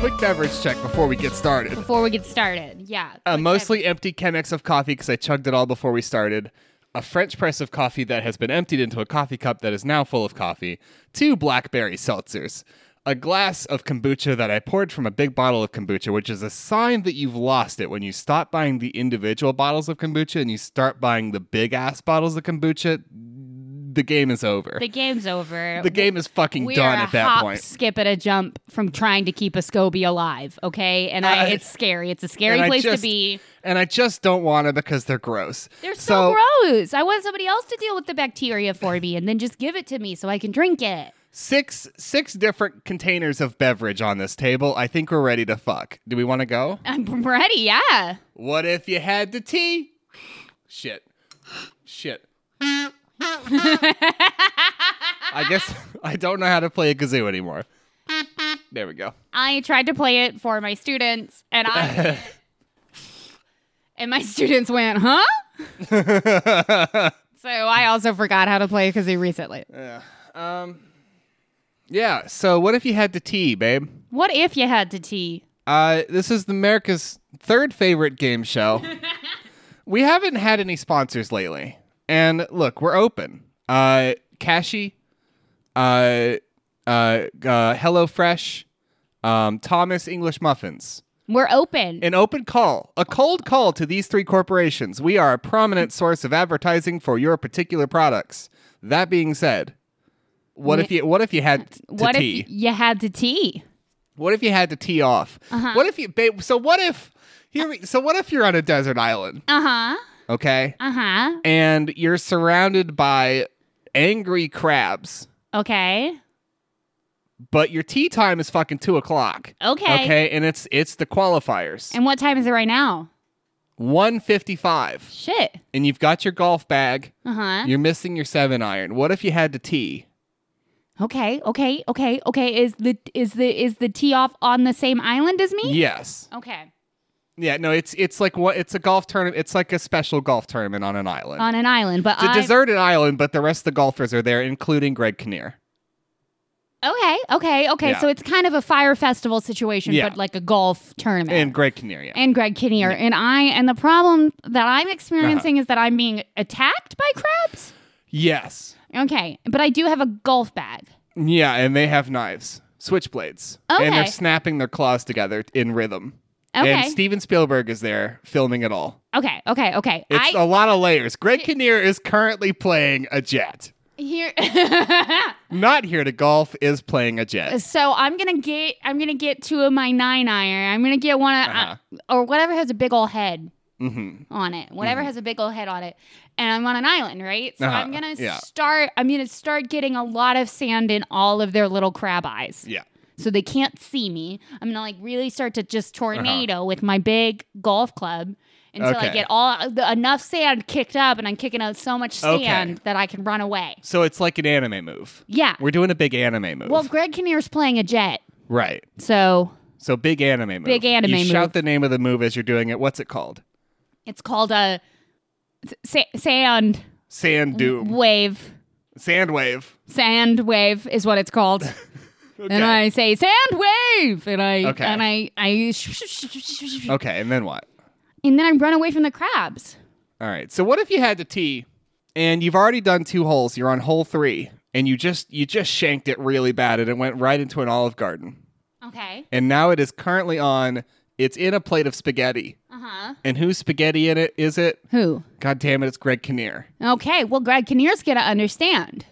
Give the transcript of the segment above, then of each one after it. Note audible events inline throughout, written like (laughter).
Quick beverage check before we get started. before we get started. Yeah. A Like, Uh, mostly empty Chemex of coffee because I chugged it all before we started. A French press of coffee that has been emptied into a coffee cup that is now full of coffee. Two blackberry seltzers. A glass of kombucha that I poured from a big bottle of kombucha, which is a sign that you've lost it when you stop buying the individual bottles of kombucha and you start buying the big ass bottles of kombucha. The game is over. the game's over. The game is fucking we done are a at that hop, point. skip, and a jump from trying to keep a SCOBY alive. Okay, and I- I, it's scary. It's a scary Uh, And I place just- to be. And I just don't want to because they're gross. They're so, gross. I want somebody else to deal with the bacteria for me, and then just give it to me so I can drink it. (laughs) six six different containers of beverage on this table. I think we're ready to fuck. Do we want to go? I'm ready. Yeah. What if you had the tea? Shit. Shit. I guess (laughs) I don't know how to play a kazoo anymore. There we go. I tried to play it for my students, and (laughs) I and my students (laughs) went, "Huh?" so I also forgot how to play because they recently. Uh. Yeah, so what if you had the tea, babe? What if you had to tea? Uh, this is America's third favorite game (laughs) show. we haven't had any sponsors lately, and look, we're open. Uh, Cashy, uh, uh, uh, HelloFresh, um, Thomas English Muffins. We're open. An open call, a cold call to these three corporations. We are a prominent source of advertising for your particular products. That being said, what if you what if you had to what if tea? you had to tea? What if you had to tee off? Uh-huh. What if you, babe? So what if here? We, so what if you're on a desert island? Uh huh. Okay, Uh huh. and you're surrounded by angry crabs, Okay. but your tea time is fucking two o'clock. Okay. Okay, and it's it's the qualifiers And what time is it right now? one fifty five, Shit. and you've got your golf bag. Uh huh. You're missing your seven iron. What if you had to tee? Okay. Okay. Okay. Okay. Is the is the is the tea off on the same island as me? Yes. Okay. Yeah. No. It's it's like what? It's a golf tournament. It's like a special golf tournament on an island. On an island, but it's a I. deserted island, but the rest of the golfers are there, including Greg Kinnear. Okay. Okay. Okay. Yeah. So it's kind of a fire festival situation, Yeah. but like a golf tournament. and Greg Kinnear. Yeah. Uh-huh. And Greg Kinnear and I and the problem that I'm experiencing is that I'm being attacked by crabs. yes. Okay, but I do have a golf bag. Yeah, and they have knives, switchblades, and they're Okay. snapping their claws together in rhythm. Okay. And Steven Spielberg is there filming it all. Okay, okay, okay. It's I a lot of layers. Greg Kinnear is currently playing a jet. here (laughs) Not here to golf is playing a jet. so I'm gonna get I'm gonna get two of my nine iron. I'm gonna get one of, Uh-huh. uh, or whatever has a big old head Mm-hmm. on it. Whatever has a big old head on it. And I'm on an island, right? So Uh-huh, I'm gonna yeah. start I'm gonna start getting a lot of sand in all of their little crab eyes. Yeah. So they can't see me. I'm gonna like really start to just tornado with my big golf club until I Uh-huh. Okay. get all uh, the, enough sand kicked up, and I'm kicking out so much Okay. sand that I can run away. So it's like an anime move. Yeah. We're doing a big anime move. Well, Greg Kinnear's playing a jet, right. so So big anime move. Big anime You shout move. the name of the move as you're doing it. What's it called? it's called a sa- sand Sand doom. wave. Sand wave. Sand wave is what (laughs) it's called, and I say sand wave, and I Okay. and I I Okay, and then what? and then I run away from the crabs. All right. So what if you had to tee and you've already done two holes, you're on hole 3 and you just you just shanked it really bad and it went right into an olive garden. Okay. And now it is currently on it's in a plate of spaghetti. Uh huh. And whose spaghetti in it is it? Who? God damn it, it's Greg Kinnear Okay, well, Greg Kinnear's gonna understand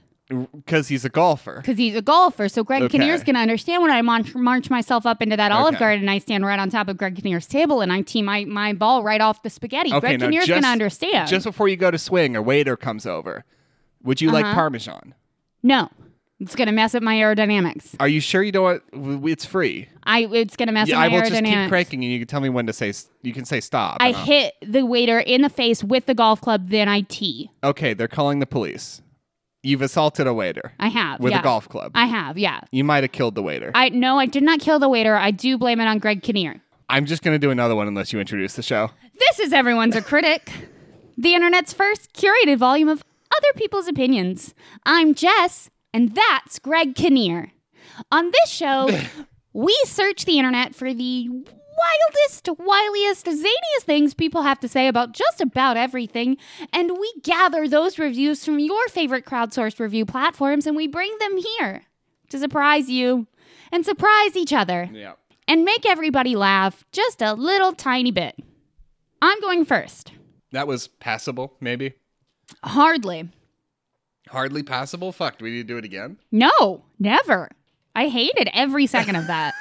cuz he's a golfer. because he's a golfer. So Greg Okay. Kinnear's gonna understand when I march, march myself up into that Olive Okay. Garden and I stand right on top of Greg Kinnear's table and I tee my, my ball right off the spaghetti. Greg now Kinnear's just- gonna understand. Uh-huh. Just before you go to swing, a waiter comes over. Would you like parmesan? no, It's gonna mess up my aerodynamics. Are you sure you don't want? w- w- It's free. I it's gonna mess Yeah, I up my will aerodynamics. just keep cranking, and you can tell me when to say. s- You can say stop. I and I'll- hit the waiter in the face with the golf club. Then I tee. Okay, they're calling the police. You've assaulted a waiter I have with yeah. a golf club. I have yeah. you might have killed the waiter. I no, I did not kill the waiter. I do blame it on Greg Kinnear. I'm just gonna do another one unless you introduce the show. This is Everyone's a Critic, the internet's first curated volume of other people's opinions. I'm Jess, and that's Greg Kinnear. On this show, we search the internet for the wildest, wiliest, zaniest things people have to say about just about everything, and we gather those reviews from your favorite crowdsourced review platforms and we bring them here to surprise you and surprise each other Yeah. and make everybody laugh just a little tiny bit. I'm going first. That was passable, maybe. Hardly. Hardly passable. Fuck. Do we need to do it again? No, never. I hated every second of that.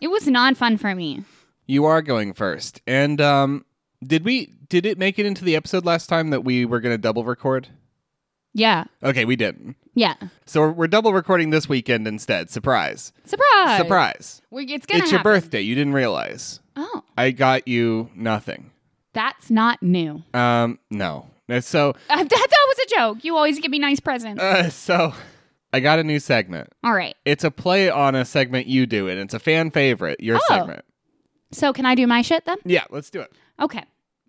it was not fun for me. You are going first. And um did we did it make it into the episode last time that we were gonna double record? Yeah. Okay, we didn't. Yeah. So we're, we're double recording this weekend instead. Surprise. Surprise. Surprise. We- It's gonna It's your happen. birthday. You didn't realize. Oh, I got you nothing. that's not new. (laughs) Um no. And So that, that was a joke. You always give me nice presents. uh, so I got a new segment. All right. It's a play on a segment you do and it's a fan favorite, your Oh. segment. So can I do my shit then? Yeah, let's do it. Okay.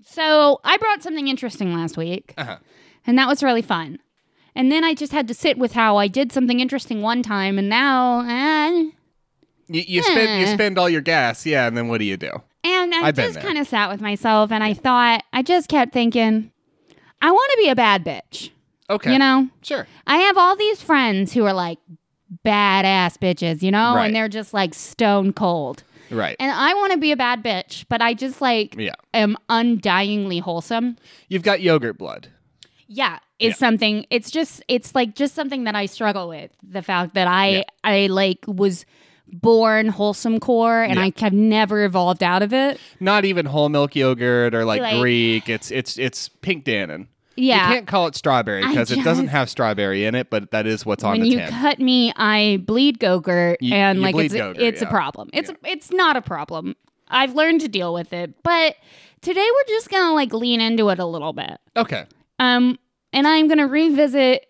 So I brought something interesting last week. Uh-huh. and that was really fun. And then I just had to sit with how I did something interesting one time, and now, eh. You, you spend you Eh. spend all your gas, yeah, and then what do you do? and I I've been just there. kind of sat with myself, and I thought, I just kept thinking, I want to be a bad bitch. Okay, You know, sure. I have all these friends who are like badass bitches, you know, Right. and they're just like stone cold. Right. And I want to be a bad bitch, but I just like yeah. am undyingly wholesome. You've got yogurt blood. yeah is Yeah. something it's just it's like just something that i struggle with the fact that i Yeah. i like was born wholesome core and Yeah. i have never evolved out of it Not even whole milk yogurt or like, Like- Greek. It's it's it's pink Dannon. You yeah can't call it strawberry I because it doesn't just- have strawberry in it, but that is what's on when the you tin. cut me i bleed gogurt You- and you like bleed it's, Gogurt, it's yeah. a problem it's it's not a problem i've learned to deal with it but today we're just gonna like lean into it a little bit okay. um and i'm gonna revisit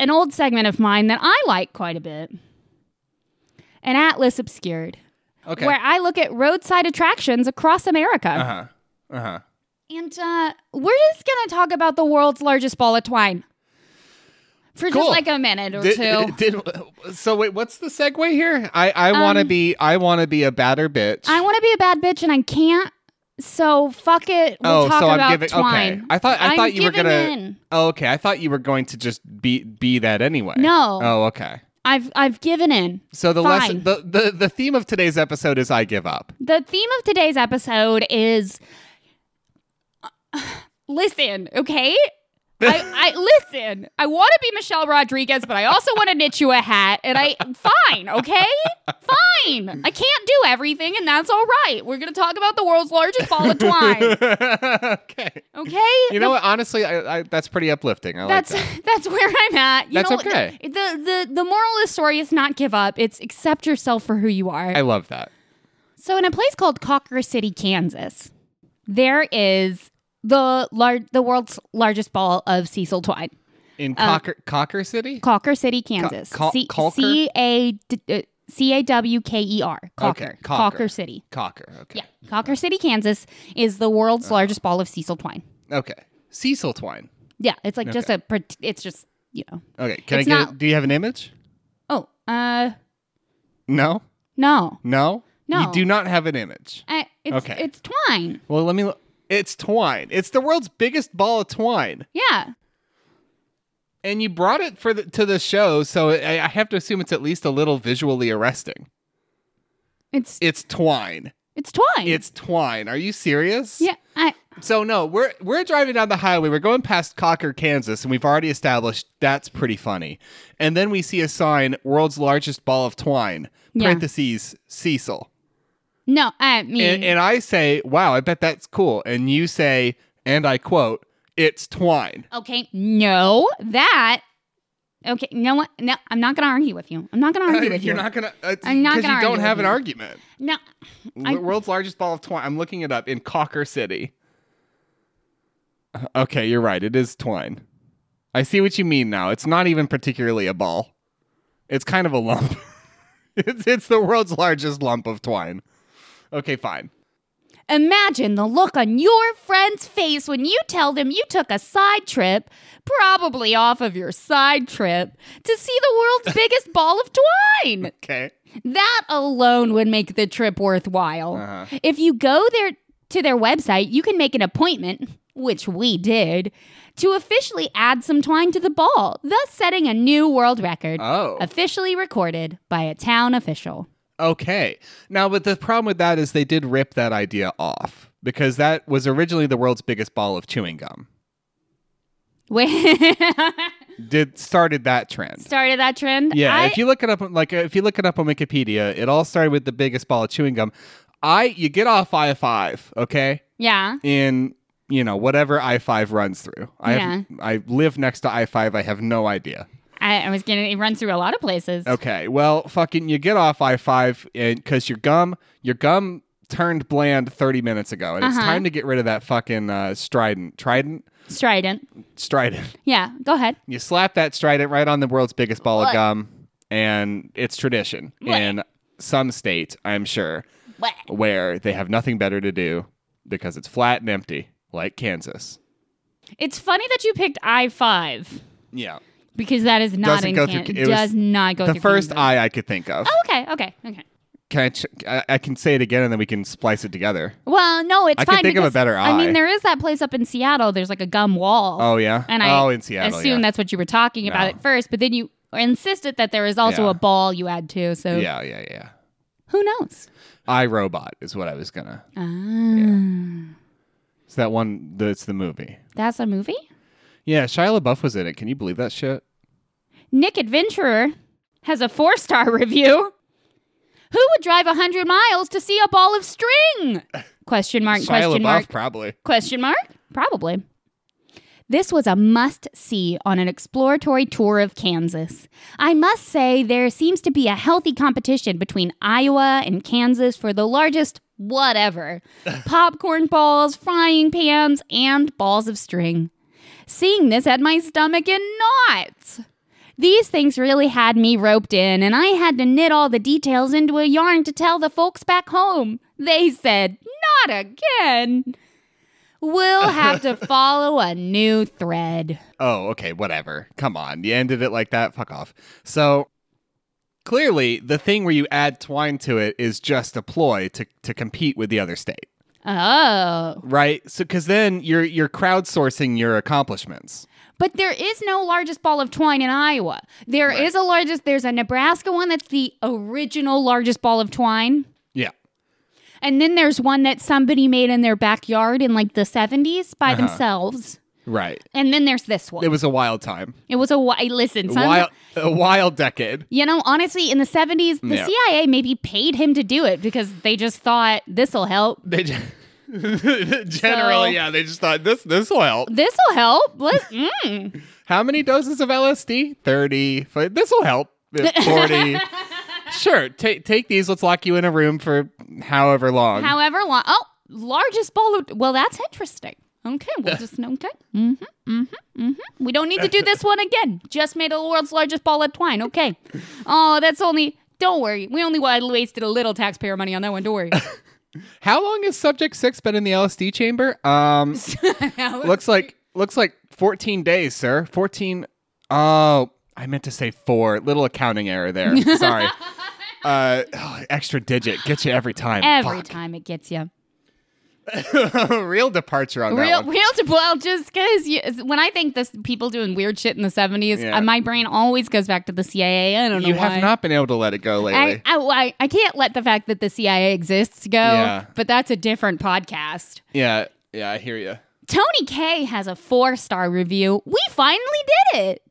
an old segment of mine that i like quite a bit an atlas obscured Okay. where I look at roadside attractions across America. Uh huh. Uh huh. And uh, we're just going to talk about the world's largest ball of twine for Cool. uh, just like a minute or two. Did, (laughs) did- so wait, what's the segue here? I I want to Um, be I want to be a batter bitch. I want to be a bad bitch and I can't. So fuck it. We'll oh, talk so about I'm giving. twine. Okay. I thought I I'm thought you were giving gonna. in. Oh, okay. I thought you were going to just be be that anyway. No. Oh, okay. I've I've given in. So the Fine. lesson, the, the the theme of today's episode is I give up. (laughs) The theme of today's episode is (sighs) listen, okay? I, (laughs) I listen. I want to be Michelle Rodriguez, but I also want to knit you a hat. And I fine, okay? Fine. I can't do everything, and that's all right. We're gonna talk about the world's largest ball (laughs) of twine, okay. okay? You know what? Honestly, I, I, that's pretty uplifting. I that's like that. (laughs) that's where I'm at. You That's know, okay. The, the the moral of the story is not give up. It's accept yourself for who you are. I love that. So in a place called Cocker City, Kansas, there is the lar- the world's largest ball of Cecil twine. In Cocker, Cocker City? Uh, Cocker City, Kansas. Co- C- Calker? C A D- uh, C A W K E R. Cocker. Okay, Cocker. Cocker City. Cocker. Okay. Yeah. Cocker City, Kansas is the world's Uh-huh. largest ball of Cecil twine. Okay. Cecil Twine. Yeah, it's like just a pr- it's just, you know. Okay. Can It's I get not- it? Do you have an image? Oh, uh No? no. No? No. You do not have an image. I, it's Okay. it's twine. Well, let me. l- It's twine. It's the world's biggest ball of twine. Yeah. And you brought it for the, to the show, so I, I have to assume it's at least a little visually arresting. It's It's twine. it's twine. It's twine. Are you serious? Yeah. I So no, we're we're driving down the highway. We're going past Cocker, Kansas, and we've already established that's pretty funny. And then we see a sign, "World's largest ball of twine." Yeah. Parentheses Cecil. no, I mean And, and I say, "Wow, I bet that's cool." And you say, and I quote, "It's twine." Okay, no, that Okay, no one. No, I'm not going to argue with you. I'm (laughs) not going to argue with You're you. not gonna. Uh, I'm not because gonna you don't argue have with an you. argument. No, The world's largest ball of twine. I'm looking it up in Cocker City. Uh, Okay, you're right. It is twine. I see what you mean now. It's not even particularly a ball. It's kind of a lump. (laughs) it's it's the world's largest lump of twine. Okay, fine. Imagine the look on your friend's face when you tell them you took a side trip, probably off of your side trip, to see the (laughs) world's biggest ball of twine. Okay. That alone would make the trip worthwhile. Uh-huh. If you go there to their website, you can make an appointment, which we did, to officially add some twine to the ball, thus setting a new world record, Oh. officially recorded by a town official. Okay. Now, but the problem with that is they did rip that idea off because that was originally the world's biggest ball of chewing gum. Wait, (laughs) Did started that trend. started that trend? Yeah, I- if you look it up, on- like uh, if you look it up on Wikipedia, it all started with the biggest ball of chewing gum. I you get off I five, okay, yeah. in you know whatever I five runs through. I have, I live next to I five. I have no idea. I, I was gonna. It runs through a lot of places. Okay, well, fucking, you get off I five, and because your gum, your gum turned bland thirty minutes ago, and it's Uh-huh. time to get rid of that fucking uh, strident, trident, Strident. strident. (laughs) Yeah. Go ahead. You slap that strident right on the world's biggest ball What? of gum, and it's tradition What? in some state, I'm sure, What? where they have nothing better to do because it's flat and empty, like Kansas. It's funny that you picked I five Yeah, because that is not Doesn't in go Can- through- it does was not go the through first Kansas. I I could think of. Oh, okay. Okay. Okay. Can I, ch- I? I can say it again, and then we can splice it together. Well, no, it's I could fine. think of a because, better I mean, eye. there is that place up in Seattle. There's like a gum wall. Oh yeah, And I oh in Seattle. assume yeah. that's what you were talking about No. at first, but then you insisted that there is also Yeah. a ball you add to. So Yeah, yeah, yeah. who knows? I Robot is what I was gonna. Ah, It's that one. That's the movie. that's a movie. Yeah, Shia LaBeouf was in it. Can you believe that shit? Nick Adventurer has a four star (laughs) review. Who would drive 100 miles to see a ball of string? Question mark, Shia question LaBeouf, mark, probably. question mark? Probably. This was a must see on an exploratory tour of Kansas. I must say, there seems to be a healthy competition between Iowa and Kansas for the largest whatever popcorn balls, frying pans, and balls of string. Seeing this had my stomach in knots. These things really had me roped in, and I had to knit all the details into a yarn to tell the folks back home. They said, Not again. We'll (laughs) have to follow a new thread. Oh, okay, whatever. Come on. You ended it like that. Fuck off. So clearly, the thing where you add twine to it is just a ploy to, to compete with the other state, Oh. right? So because then you're you're crowdsourcing your accomplishments. But there is no largest ball of twine in Iowa. There is Right. a largest, there's a Nebraska one that's the original largest ball of twine. Yeah. And then there's one that somebody made in their backyard in like the 70s by Uh-huh. themselves. Right. And then there's this one. It was a wild time. It was a wi- listen. A Some, wild a wild decade. You know, honestly, in the seventies, the Yeah. CIA maybe paid him to do it because they just thought this'll help. They ju- (laughs) generally, yeah, they just thought this this will help. This'll help. Let's, mm. How many doses of LSD? 30. This will help. (laughs) 40. sure. Take take these. Let's lock you in a room for however long. However long. Oh, largest ball of. Well, that's interesting. Okay, we'll just okay. Mm-hmm, mm-hmm, mm-hmm. We don't need to do this one again. Just made the world's largest ball of twine. Okay. Oh, that's only. Don't worry. We only wa- wasted a little taxpayer money on that one. Don't worry. (laughs) How long has subject 6 been in the LSD chamber? Um looks like looks like 14 days, sir. 14 Oh, I meant to say 4. Little accounting error (laughs) there. Sorry. Uh, oh, extra digit gets you every time. Every Fuck. (laughs) time it gets you. Real departure on Real, that one. real (laughs) to well, just because when I think this people doing weird shit in the seventies, Yeah. uh, my brain always goes back to the CIA. I don't know You why. have not been able to let it go lately. I, (laughs) I, I, I can't let the fact that the CIA exists go, Yeah. but that's a different podcast. yeah, yeah, I hear you. Tony K has a four star review. We finally did it.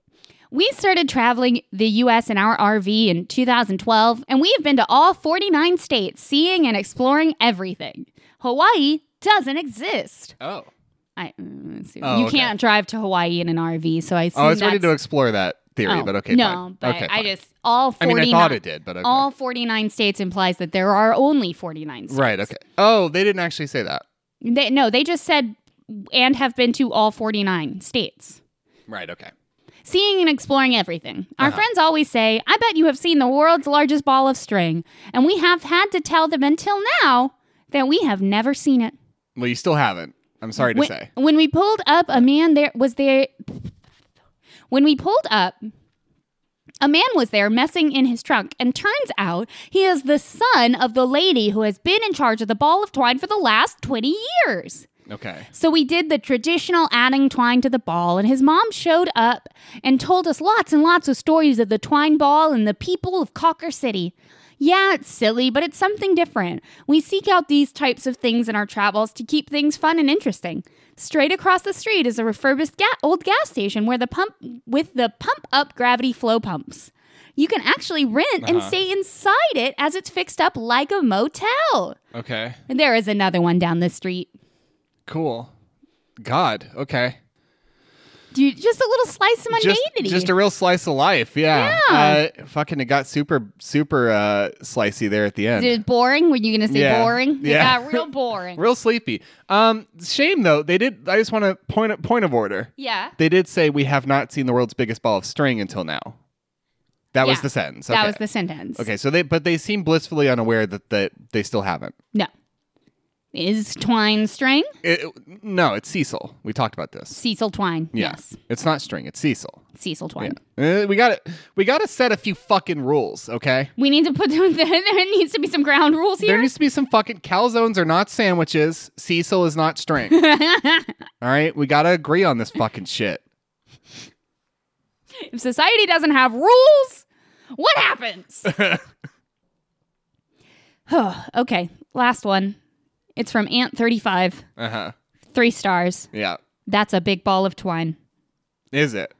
We started traveling the US in our RV in 2012, and we have been to all 49 states, seeing and exploring everything. Hawaii doesn't exist. Oh. I mm, let's see. Oh, you okay. can't drive to Hawaii in an RV, so I. Oh, I was assume ready to that's- explore that. theory, Oh, but okay, no, fine. but okay, I fine. just all I 49, mean, I thought it did, but okay. all 49 states implies that there are only 49 states. Right. Okay. Oh, they didn't actually say that. They, no, they just said and have been to all 49 states. Right. Okay. Seeing and exploring everything. Our friends always say, I bet you have seen the world's largest ball of string. And we have had to tell them until now that we have never seen it. Well, you still haven't. I'm sorry to when, say. when we pulled up, a man there was there. When we pulled up, a man was there messing in his trunk, and turns out he is the son of the lady who has been in charge of the ball of twine for the last 20 years. Okay. So we did the traditional adding twine to the ball, and his mom showed up and told us lots and lots of stories of the twine ball and the people of Cocker City. Yeah, it's silly, but it's something different. We seek out these types of things in our travels to keep things fun and interesting. Straight across the street is a refurbished ga- old gas station where the pump with the pump up gravity flow pumps. You can actually rent and Uh-huh. stay inside it as it's fixed up like a motel. Okay. And there is another one down the street. Cool. God. Okay. Dude, just a little slice of Just, mundanity. just a real slice of life. Yeah. Yeah. Uh, fucking, it got super, super uh, slicey there at the end. Dude, boring. Were you gonna say Yeah. boring? Yeah. It got real boring. Real sleepy. Um, shame though. They did. I just want to point point of order. yeah. They did say we have not seen the world's biggest ball of string until now. That was Yeah. the sentence. That Okay. was the sentence. Okay, so they but they seem blissfully unaware that that they still haven't. No. Is twine string? It, no, it's Cecil. We talked about this. Cecil twine. Yeah. Yes. It's not string, it's Cecil. Cecil twine. Uh, we got to we got to set a few fucking rules, okay? We need to put (laughs) there, there needs to be some ground rules There here. needs to be some fucking calzones are not sandwiches. Cecil is not (laughs) string. All right, we got to agree on this fucking (laughs) shit. if society doesn't have rules, what (laughs) happens? (sighs) okay. Last one. It's from Ant thirty five. Uh-huh. Three stars. Yeah. That's a big ball of twine. Is it?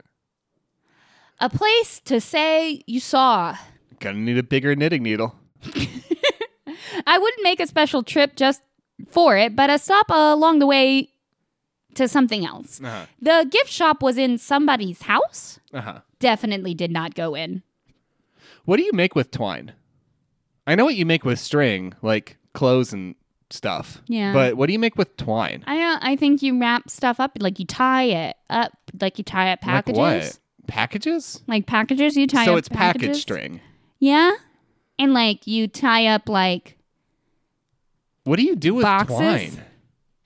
A place to say you saw. Gonna need a bigger knitting needle. I wouldn't make a special trip just for it, but a stop uh, along the way to something else. Uh-huh. The gift shop was in somebody's house. Uh-huh. Definitely did not go in. What do you make with twine? I know what you make with string, like clothes and stuff. Yeah. But what do you make with twine? I don't, I think you wrap stuff up like you tie it up, like you tie up packages. Like what? Packages? Like packages, you tie so up it's package packages. string. Yeah. And like you tie up like What do you do with Boxes? twine?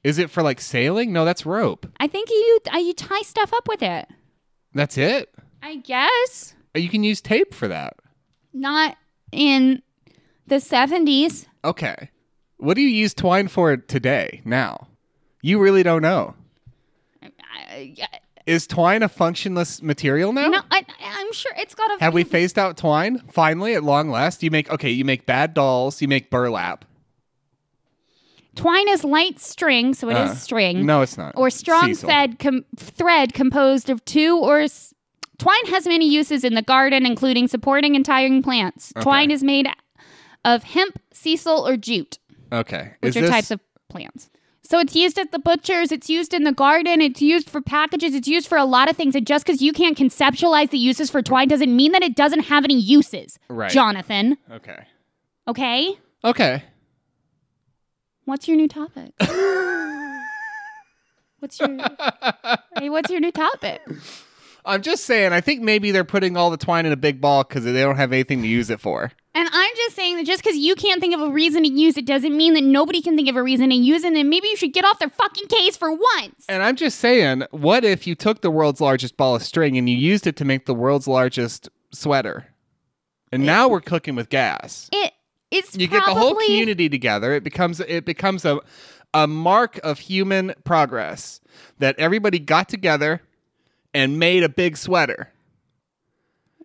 Is it for like sailing? No, that's rope. I think you uh, you tie stuff up with it. That's it. I guess You can use tape for that. not in the 70s. Okay. What do you use twine for today, now? You really don't know. I, Is twine a functionless material now? No, I, I'm sure it's got a. Have we phased out twine finally at long last? You make okay, you make bad dolls, you make burlap. twine is light string, so it is Uh, string, No, it's not. Mm-hmm. or strong Cecil. thread com- thread composed of two or. S- twine has many uses in the garden, including supporting and tying plants. Twine is made of hemp, sisal, or jute, Okay. which are types of plants. So it's used at the butchers, it's used in the garden, it's used for packages, it's used for a lot of things. And just because you can't conceptualize the uses for twine doesn't mean that it doesn't have any uses, Right. Jonathan. Okay. Okay? Okay. What's your (laughs) new topic? what's your Hey, what's your new topic? I'm just saying, I think maybe they're putting all the twine in a big ball because they don't have anything to use it for. And I'm just saying that just because you can't think of a reason to use it doesn't mean that nobody can think of a reason to use it. And maybe you should get off their fucking case for once. And I'm just saying, what if you took the world's largest ball of string and you used it to make the world's largest sweater? And now we're cooking with gas. It it's You probably, get the whole community together. It becomes it becomes a a mark of human progress that everybody got together and made a big sweater.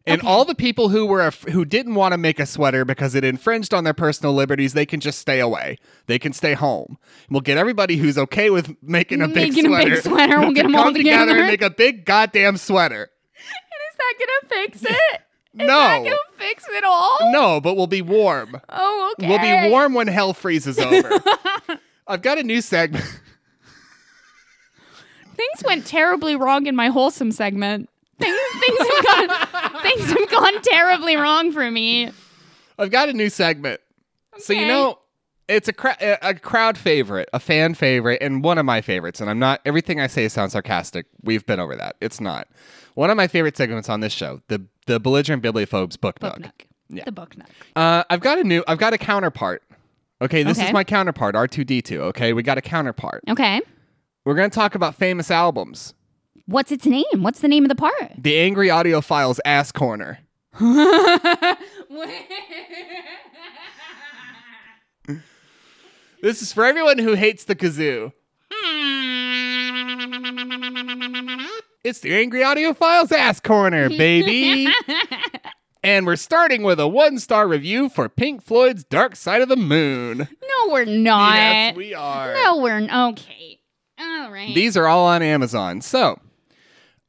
And Okay. all the people who were af- who didn't want to make a sweater because it infringed on their personal liberties, they can just stay away. They can stay home. We'll get everybody who's okay with making a big Making a sweater. big sweater. We'll to get 'em all come together together. and make a big goddamn sweater. Is that gonna fix it? No. fix it all? No, but we'll be warm. Oh, okay. We'll be warm when hell freezes over. (laughs) I've got a new segment. (laughs) Things went terribly wrong in my wholesome segment. things, things have (laughs) gone things have gone terribly wrong for me. I've got a new segment. So you Okay. know, it's a cra- a a crowd favorite, a fan favorite, and one of my favorites. And I'm not everything I say sounds sarcastic. We've been over that. It's not one of my favorite segments on this show. The the belligerent bibliophobes book, Book nook. nook. The book nook. Uh, I've got a new. I've got a counterpart. Okay, this Okay. is my counterpart, R two D two. Okay, we got a counterpart. Okay. We're gonna talk about famous albums. What's its name? What's the name of the part? (laughs) The Angry Audiophiles Ass Corner. This is for everyone who hates the kazoo. It's the Angry Audiophiles Ass Corner, baby. and we're starting with a one star review for Pink Floyd's Dark Side of the Moon. no, we're not. Yes, we are. no, we're n- okay. All right. These are all on Amazon. So,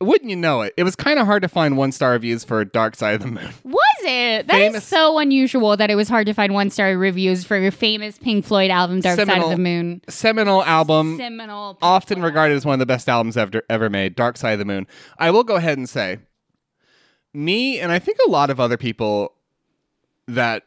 wouldn't you know it? It was kind of hard to find one star reviews for Dark Side of the Moon. was it? That is Famous- so unusual that it was hard to find one star reviews for your famous Pink Floyd album, Dark Seminal- Side of the Moon. Seminal album. Seminal. Pink often Floyd. regarded as one of the best albums ever ever made, Dark Side of the Moon. I will go ahead and say, me and I think a lot of other people that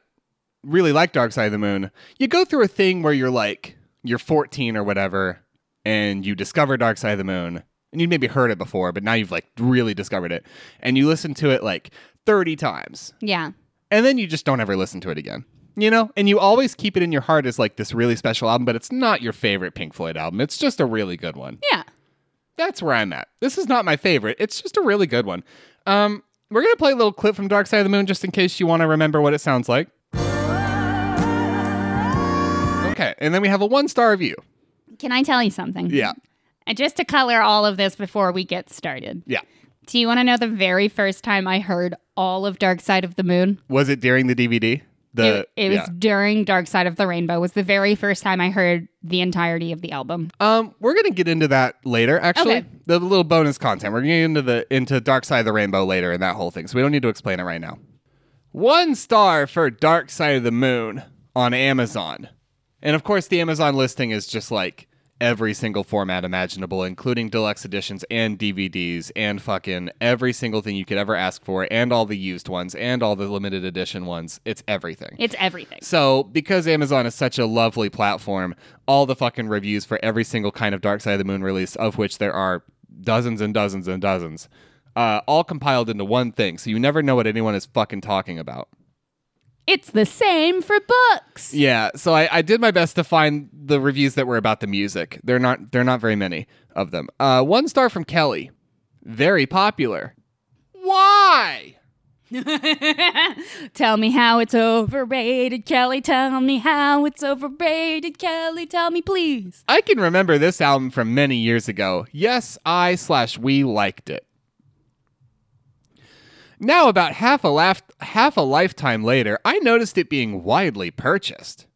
really like Dark Side of the Moon, you go through a thing where you're like you're 14 or whatever, and you discover Dark Side of the Moon, and you'd maybe heard it before, but now you've like really discovered it, and you listen to it like 30 times, Yeah. and then you just don't ever listen to it again. You know, and you always keep it in your heart as like this really special album, but it's not your favorite Pink Floyd album. It's just a really good one Yeah. that's where I'm at. This is not my favorite. It's just a really good one. Um, we're gonna play a little clip from Dark Side of the Moon just in case you want to remember what it sounds like. Okay, and then we have a one star review. Can I tell you something? Yeah, And just to color all of this before we get started, yeah. do you want to know the very first time I heard all of Dark Side of the Moon? Was it during the DVD? The it it was Uh, yeah. during Dark Side of the Rainbow. Was the very first time I heard the entirety of the album. Um, we're gonna get into that later. Actually, Okay. the little bonus content. We're gonna get into the into Dark Side of the Rainbow later and that whole thing. So we don't need to explain it right now. One star for Dark Side of the Moon on Amazon, and of course the Amazon listing is just like every single format imaginable, including deluxe editions and DVDs and fucking every single thing you could ever ask for, and all the used ones and all the limited edition ones. It's everything. It's everything. So, because Amazon is such a lovely platform, all the fucking reviews for every single kind of Dark Side of the Moon release, of which there are dozens and dozens and dozens, uh, all compiled into one thing. So you never know what anyone is fucking talking about. It's the same for books. Yeah. So I, I did my best to find the reviews that were about the music. They're not. They're not very many of them. Uh, one star from Kelly. Very popular. Why? Tell me how it's overrated, Kelly. Tell me how it's overrated, Kelly. Tell me, please. I can remember this album from many years ago. Yes, I slash we liked it. Now, about half a laugh, half a lifetime later, I noticed it being widely purchased.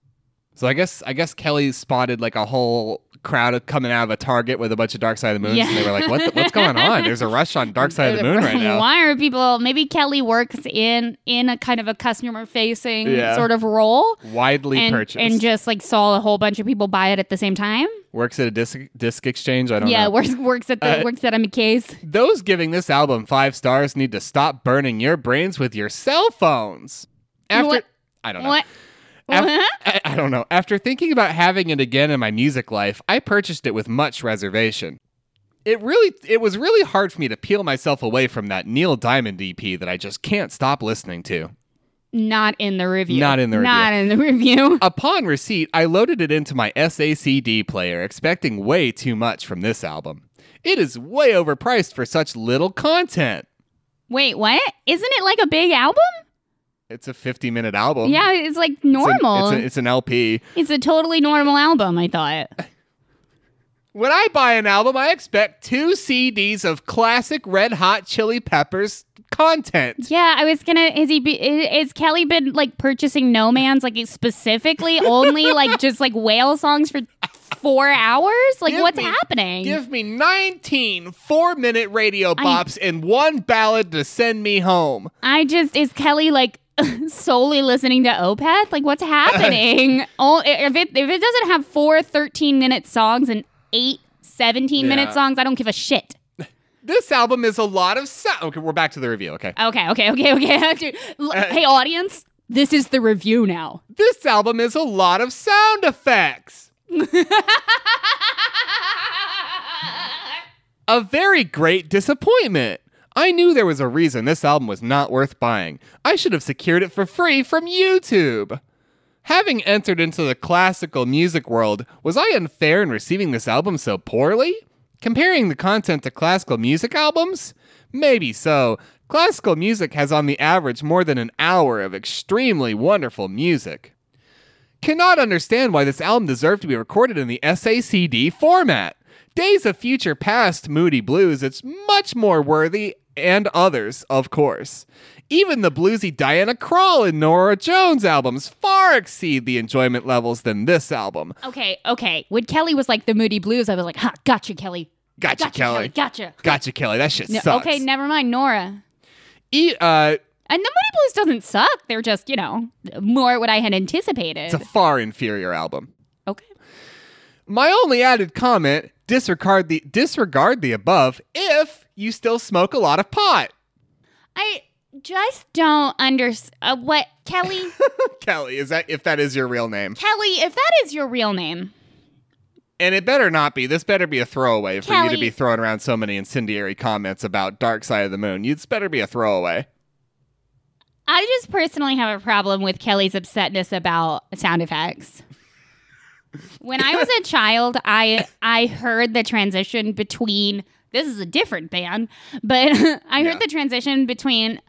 So I guess I guess Kelly spotted like a whole crowd of- coming out of a Target with a bunch of Dark Side of the Moon, and they Yeah. were like, "What? The, what's going on? There's a rush on Dark Side of the Moon right now." (laughs) Why are people? Maybe Kelly works in in a kind of a customer facing Yeah. sort of role, Widely and, purchased. and just like saw a whole bunch of people buy it at the same time. works at a disc disc exchange. I don't Yeah, know. (laughs) works works at the Uh, works at McKay's. Those giving this album five stars need to stop burning your brains with your cell phones. After What? I don't know. What? Af- What? I, I don't know. After thinking about having it again in my music life, I purchased it with much reservation. It really it was really hard for me to peel myself away from that Neil Diamond EP that I just can't stop listening to. Not in the review. Not in the review. Not in the (laughs) review. Upon receipt, I loaded it into my SACD player, expecting way too much from this album. It is way overpriced for such little content. Wait, what? Isn't it like a big album? It's a 50 minute album. Yeah, it's like Um, It's an- normal. It's, a- it's an LP. It's a totally normal album, (laughs) I thought. When I buy an album, I expect two CDs of classic Red Hot Chili Peppers content. Yeah, I was gonna. Is he? Be, i- is Kelly been like purchasing No Man's like specifically only like just like whale songs for four hours? Like Give what's me- happening? Give me 19 four minute radio bops and one ballad to send me home. I just is Kelly like (laughs) solely listening to Opeth? Like (laughs) what's happening? oh, if it if it doesn't have four 13 minute songs and eight 17 Yeah. minute songs, I don't give a shit. This album is a lot of sound. Okay, we're back to the review. Okay. Okay, okay, okay, (laughs) okay. Dude, l- Uh, hey, audience, this is the review now. This album is a lot of sound effects. A very great disappointment. I knew there was a reason this album was not worth buying. I should have secured it for free from YouTube. Having entered into the classical music world, was I unfair in receiving this album so poorly? Comparing the content to classical music albums? Maybe so. Classical music has on the average more than an hour of extremely wonderful music. Cannot understand why this album deserved to be recorded in the SACD format. Days of Future Past Moody Blues, it's much more worthy, and others, of course. Even the bluesy Diana Krall and Nora Jones albums far exceed the enjoyment levels than this album. Okay, okay. When Kelly was like the Moody Blues, I was like, ha, gotcha, Kelly. Gotcha, Kelly. Gotcha. Gotcha, Kelly. That shit No, sucks. okay, never mind, Nora. E- uh, And the Moody Blues doesn't suck. They're just, you know, more what I had anticipated. it's a far inferior album. okay. My only added comment: disregard the disregard the above if you still smoke a lot of pot. I just don't understand uh, what Kelly. Kelly, is that if that is your real name? Kelly, if that is your real name, And it better not be. This better be a throwaway for you Kelly. to be throwing around so many incendiary comments about Dark Side of the Moon. It's better be a throwaway. I just personally have a problem with Kelly's upsetness about sound effects. When I was a child, I I heard the transition between this is a different band, but (laughs) I Yeah. heard the transition between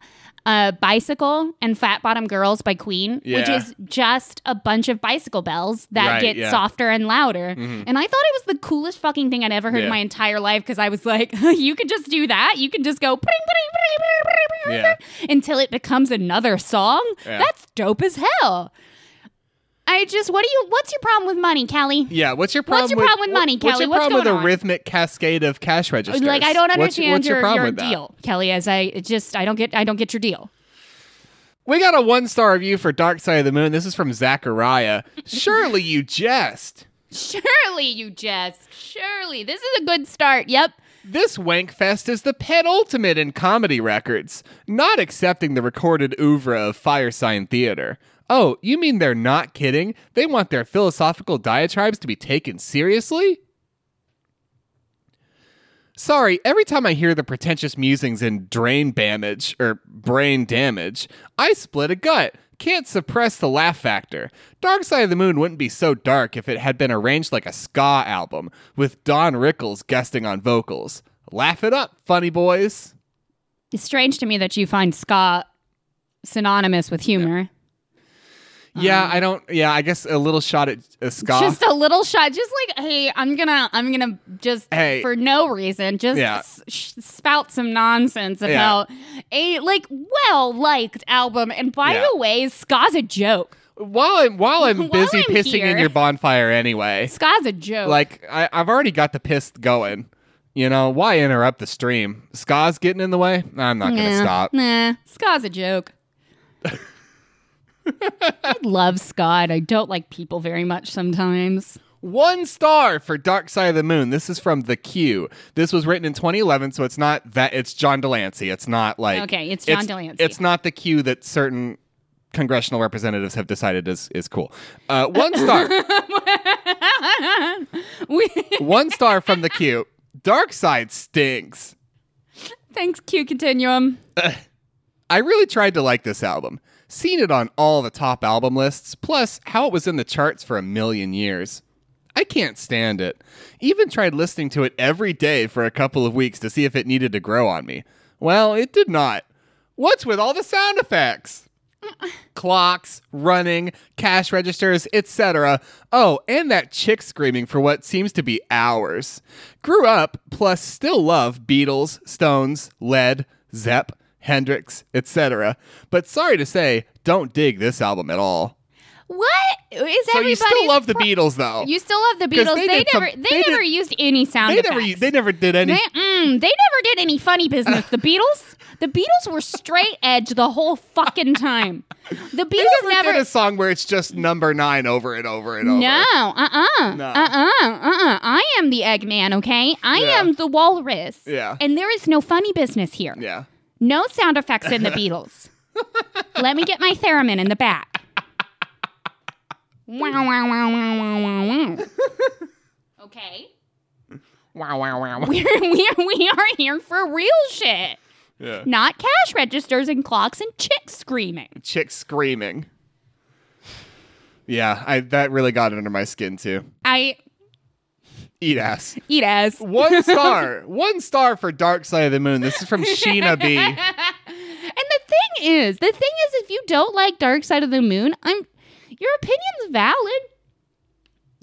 uh, bicycle and fat bottom girls by Queen, which Yeah. is just a bunch of bicycle bells that Right, get yeah. softer and louder. Mhm. And I thought it was the coolest fucking thing I'd ever heard Yeah. in my entire life because I was like, (laughs) you could just do that. You can just go "Bring, bring, bring, bring, bring, bring, Yeah. until it becomes another song. Yeah. That's dope as hell. I just what do you what's your problem with money, Callie? Yeah, what's your problem? What's your with, problem with money, what's Kelly? your What's problem with going a on? rhythmic cascade of cash registers? Like I don't What's- understand what's your, your, problem your with that? deal, Kelly, as I it just I don't get I don't get your deal. (laughs) We got a one star review for Dark Side of the Moon. This is from Zachariah. Surely you jest. Surely you jest. Surely. This is a good start. Yep. This wankfest is the penultimate in comedy records, not accepting the recorded oeuvre of Firesign Theater. Oh, you mean they're not kidding? They want their philosophical diatribes to be taken seriously? Sorry, every time I hear the pretentious musings in Drain Damage or Brain Damage, I split a gut. Can't suppress the laugh factor. Dark Side of the Moon wouldn't be so dark if it had been arranged like a ska album, with Don Rickles guesting on vocals. Laugh it up, funny boys. It's strange to me that you find ska synonymous with humor. yeah, I don't. Yeah, I guess a little shot at uh, ska. Just a little shot, just like hey, I'm gonna, I'm gonna just Hey. for no reason, just Yeah. s- sh- spout some nonsense Yeah. about a like well liked album. And by Yeah. the way, ska's a joke. while I'm (laughs) while I'm While busy I'm pissing in here. your bonfire anyway. Ska's a (laughs) joke. Like I, I've already got the piss going. You know why interrupt the stream? Ska's getting in the way. I'm not gonna Nah, stop. Nah, ska's a joke. I love ska, and I don't like people very much sometimes. One star for Dark Side of the Moon. This is from The Q. This was written in 2011, so it's not that. It's John Delancey. It's not like Okay, it's John Delancey. It's not the Q that certain congressional representatives have decided is is cool. Uh, one (laughs) star. We- (laughs) one star from The Q. Dark Side stinks. Thanks, Q Continuum. I really tried to like this album. Seen it on all the top album lists, plus how it was in the charts for a million years. I can't stand it. Even tried listening to it every day for a couple of weeks to see if it needed to grow on me. Well, it did not. What's with all the sound effects? Clocks, running, cash registers, etc. Oh, and that chick screaming for what seems to be hours. Grew up, plus still love Beatles, Stones, Lead, Zepp, Hendrix, etc. But sorry to say, don't dig this album at all. What is So everybody? you still love the Beatles, though. You still love the 'Cause Beatles. they They, did some- never they, they did- never used any sound they never, effects. they never did any. They, mm, they never did any funny business. The Beatles, the Beatles were straight edge the whole fucking time. The They Beatles never, never. did a song where it's just number nine over and over and over. no, uh, uh-uh, uh, No. uh, uh, uh, I am the Eggman, okay? I Yeah. am the walrus. Yeah. And there is no funny business here. Yeah. No sound effects in (laughs) the Beatles. Let me get my theremin in the back. wow, wow, wow, wow, wow, wow, (laughs) wow. Okay. (laughs) Wow, wow, wow. wow. We're, we, are, we are here for real shit, Yeah. not cash registers and clocks and chicks screaming. Chick screaming. Yeah, I that really got under my skin too. I Eat ass. eat (laughs) ass. (laughs) One star. One star for Dark Side of the Moon. This is (laughs) from Sheena B. And the thing is, the thing is, if you don't like Dark Side of the Moon, I'm your opinion's valid.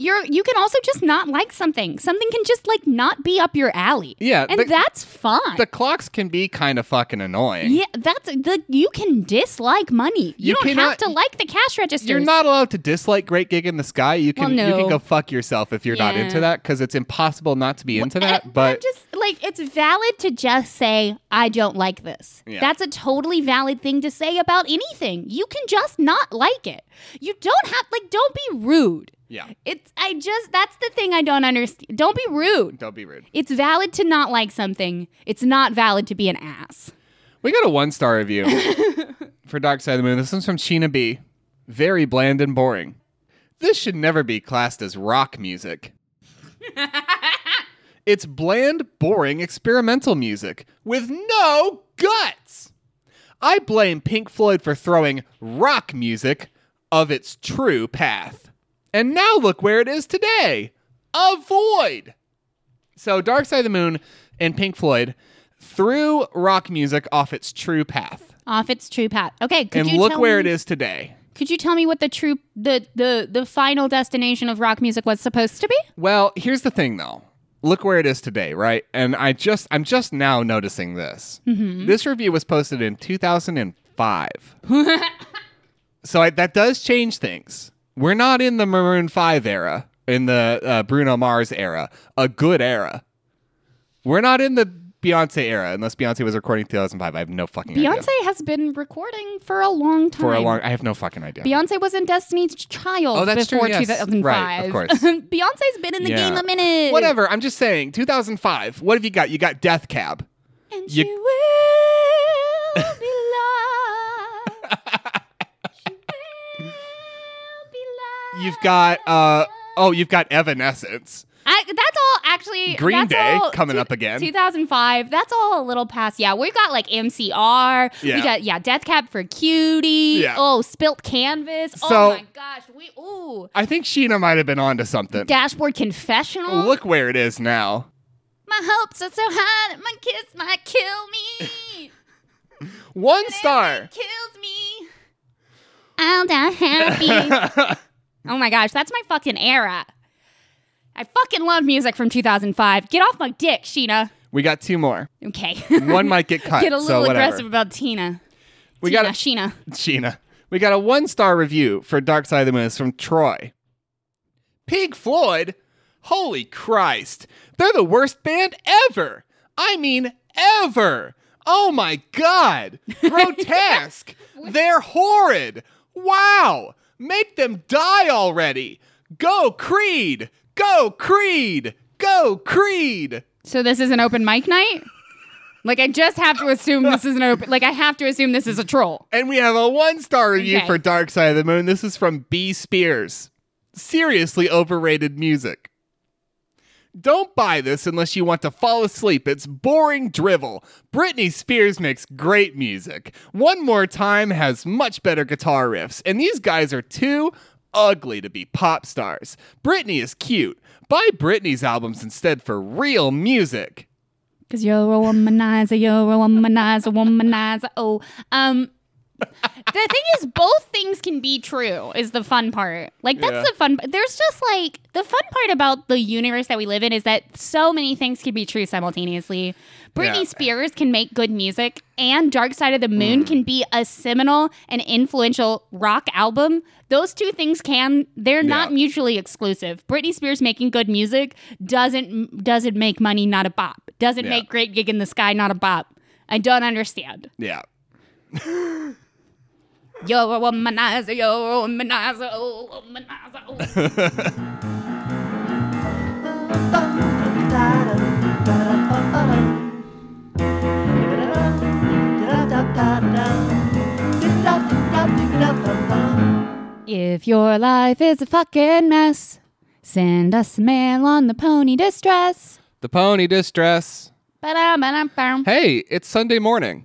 You're you can also just not like something. Something can just like not be up your alley. Yeah, and the- that's fine. The clocks can be kind of fucking annoying. yeah, that's the you can dislike money. You, You don't have cannot- to like the cash registers. You're not allowed to dislike Great Gig in the Sky. You can Well, you can no. go fuck yourself if you're not Yeah. into that because it's impossible not to be into Uh, that. But just like it's valid to just say I don't like this. Yeah. That's a totally valid thing to say about anything. You can just not like it. You don't have like don't be rude. yeah, It's I just that's the thing I don't understand. Don't be rude. don't be rude. It's valid to not like something. It's not valid to be an ass. We got a one star review for Dark Side of the Moon. This one's from Sheena B. Very bland and boring. This should never be classed as rock music. it's bland, boring, experimental music with no guts. I blame Pink Floyd for throwing rock music of its true path. And now look where it is today a void. So, Dark Side of the Moon and Pink Floyd threw rock music off its true path. Off its true path. Okay, could and you look tell where me- it is today. Could you tell me what the true the the the final destination of rock music was supposed to be? Well, here's the thing though. Look where it is today, right? And I just I'm just now noticing this. Mm-hmm. This review was posted in 2005. (laughs) so I, that does change things. We're not in the Maroon 5 era, in the uh, Bruno Mars era, a good era. We're not in the Beyonce era, unless Beyonce was recording 2005. I have no fucking idea. Beyonce has been recording for a long time. For a long, I have no fucking idea. Beyonce was in Destiny's Child Oh, that's true, before yes. 2005. Right, of course. (laughs) Beyonce's been in the Yeah. game a minute. Whatever. I'm just saying. 2005. What have you got? You got Death Cab. And You- she will be loved. (laughs) she will be loved. You've got uh oh, you've got Evanescence. I, that's all actually. Green that's Day all coming two- up again. 2005. That's all a little past. Yeah, we've got like MCR. Yeah. We got yeah, Death Cab for Cutie. Yeah. Oh, Spilt Canvas. So- oh my gosh, we ooh. I think Sheena might have been onto something. Oh, Dashboard Confessional. Look where it is now. My hopes are so high that my kiss might kill (laughs) me. One star. It kills me. I'll die happy. yeah, (laughs) oh my gosh, that's my fucking era. I fucking love music from 2005. Get off my dick, Sheena. (laughs) we got two more. Okay. (laughs) One might get cut. Get a so little whatever. aggressive about Tina. We Tina, got a, Sheena. Sheena. We got a one star review for Dark Side of the Moon. It's from Troy. Pig Floyd? Holy Christ. They're the worst band ever. I mean, ever. Oh my God. Grotesque. They're horrid. Wow. Make them die already. Go Creed. Go Creed. Go Creed. So this is an open mic night? Like I just have to assume this is an open like I have to assume this is a troll. And we have a one star review Okay. for Dark Side of the Moon. This is from B. Spears. Seriously overrated music. Don't buy this unless you want to fall asleep. It's boring drivel. Britney Spears makes great music. One More Time has much better guitar riffs, and these guys are too ugly to be pop stars. Britney is cute. Buy Britney's albums instead for real music. Cause you're a womanizer, you're a womanizer, womanizer. Oh, um, the thing is, both things can be true. Is the fun part? Like that's Yeah. the fun. There's just like the fun part about the universe that we live in is that so many things can be true simultaneously. Britney Yeah. Spears can make good music, and Dark Side of the Moon Mm. can be a seminal and influential rock album. Those two things can they're not Yeah. mutually exclusive. Britney Spears making good music doesn't doesn't make money not a bop. Doesn't Yeah. make great gig in the sky not a bop. I don't understand. Yeah. You're a womanizer, you're a oh, womanizer, oh, womanizer. Oh. (laughs) If your life is a fucking mess, send us a mail on the pony distress. The pony distress. Ba-dum-ba-dum-bum. Hey, it's Sunday morning.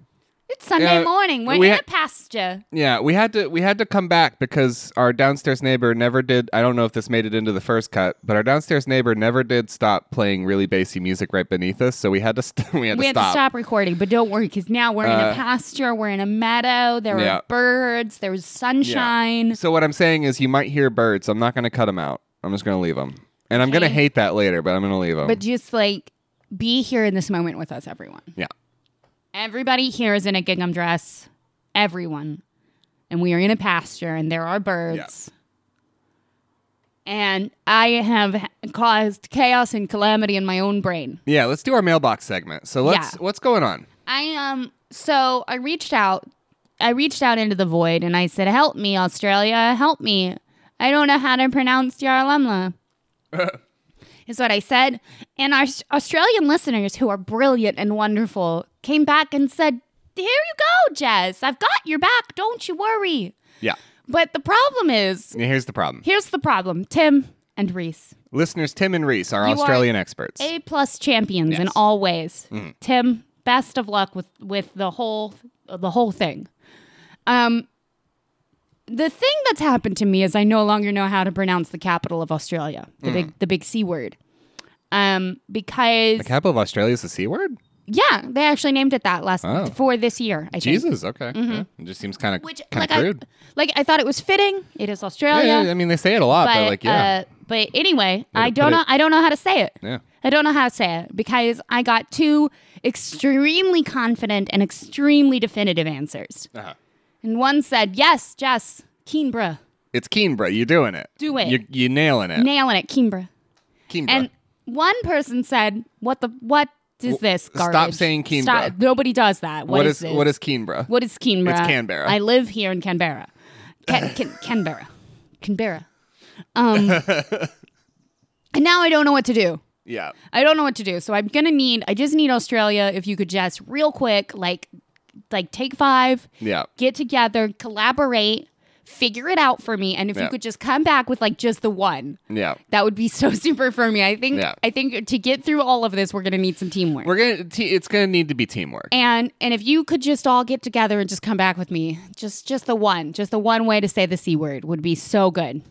It's Sunday uh, morning. We're we in ha- a pasture. Yeah, we had to we had to come back because our downstairs neighbor never did. I don't know if this made it into the first cut, but our downstairs neighbor never did stop playing really bassy music right beneath us. So we had to st- (laughs) we had We to had stop. to stop recording, but don't worry, because now we're in a Uh, pasture. We're in a meadow. There yeah. are birds. There was sunshine. So what I'm saying is, you might hear birds. I'm not going to cut them out. I'm just going to leave them, and I'm going to Okay. hate that later. But I'm going to leave them. But just like be here in this moment with us, everyone. yeah, Everybody here is in a gingham dress. Everyone. And we are in a pasture and there are birds. And I have ha- caused chaos and calamity in my own brain. yeah. Let's do our mailbox segment. So let's Yeah. what's going on? I um so I reached out I reached out into the void and I said, Help me, Australia, help me. I don't know how to pronounce Yarlamla. is what I said. And our Aus- Australian listeners who are brilliant and wonderful came back and said, Here you go, Jess. I've got your back. Don't you worry. Yeah. But the problem is Yeah, Here's the problem. here's the problem, Tim and Reese. Listeners Tim and Reese are You are Australian experts. A plus champions in Yes. Mm-hmm. all ways. Tim, best of luck with with the whole the whole thing. Um, the thing that's happened to me is I no longer know how to pronounce the capital of Australia, Mm. the big the big C word. Um, because the capital of Australia is the C word. yeah, they actually named it that last Oh. for this year. I think. Jesus. Okay. Yeah. It just seems kind of Mm-hmm. Which kind like of I crude. like I thought it was fitting. It is Australia, yeah, yeah, I mean, they say it a lot, Oh, but but, like, yeah, uh, but anyway, I put don't know. it- I don't know how to say it. yeah. I don't know how to say it because I got two extremely confident and extremely definitive answers. Uh-huh. And one said, Yes, Jess, Keenbra, It's Keenbra. You're doing it. Do it. You you nailing it. nailing it, Keenbra. Keenbra. And one person said, What the, what is this? stop Garbage? saying Keenbra. Stop- Nobody does that. what is is, this? what is Keenbra? What is Keenbra? It's Canberra. I live here in Canberra. Can, (laughs) can, Canberra. Canberra. Um, (laughs) and now I don't know what to do. Yeah. I don't know what to do. So I'm gonna need. I just need Australia. If you could just real quick, like, like take five, Yeah. get together, collaborate, figure it out for me. And if Yeah. you could just come back with like just the one, Yeah. that would be (laughs) so super for me. I think. Yeah. I think to get through all of this, we're gonna need some teamwork. We're gonna. T- it's gonna need to be teamwork. and and if you could just all get together and just come back with me, just just the one, just the one way to say the c word would be so good.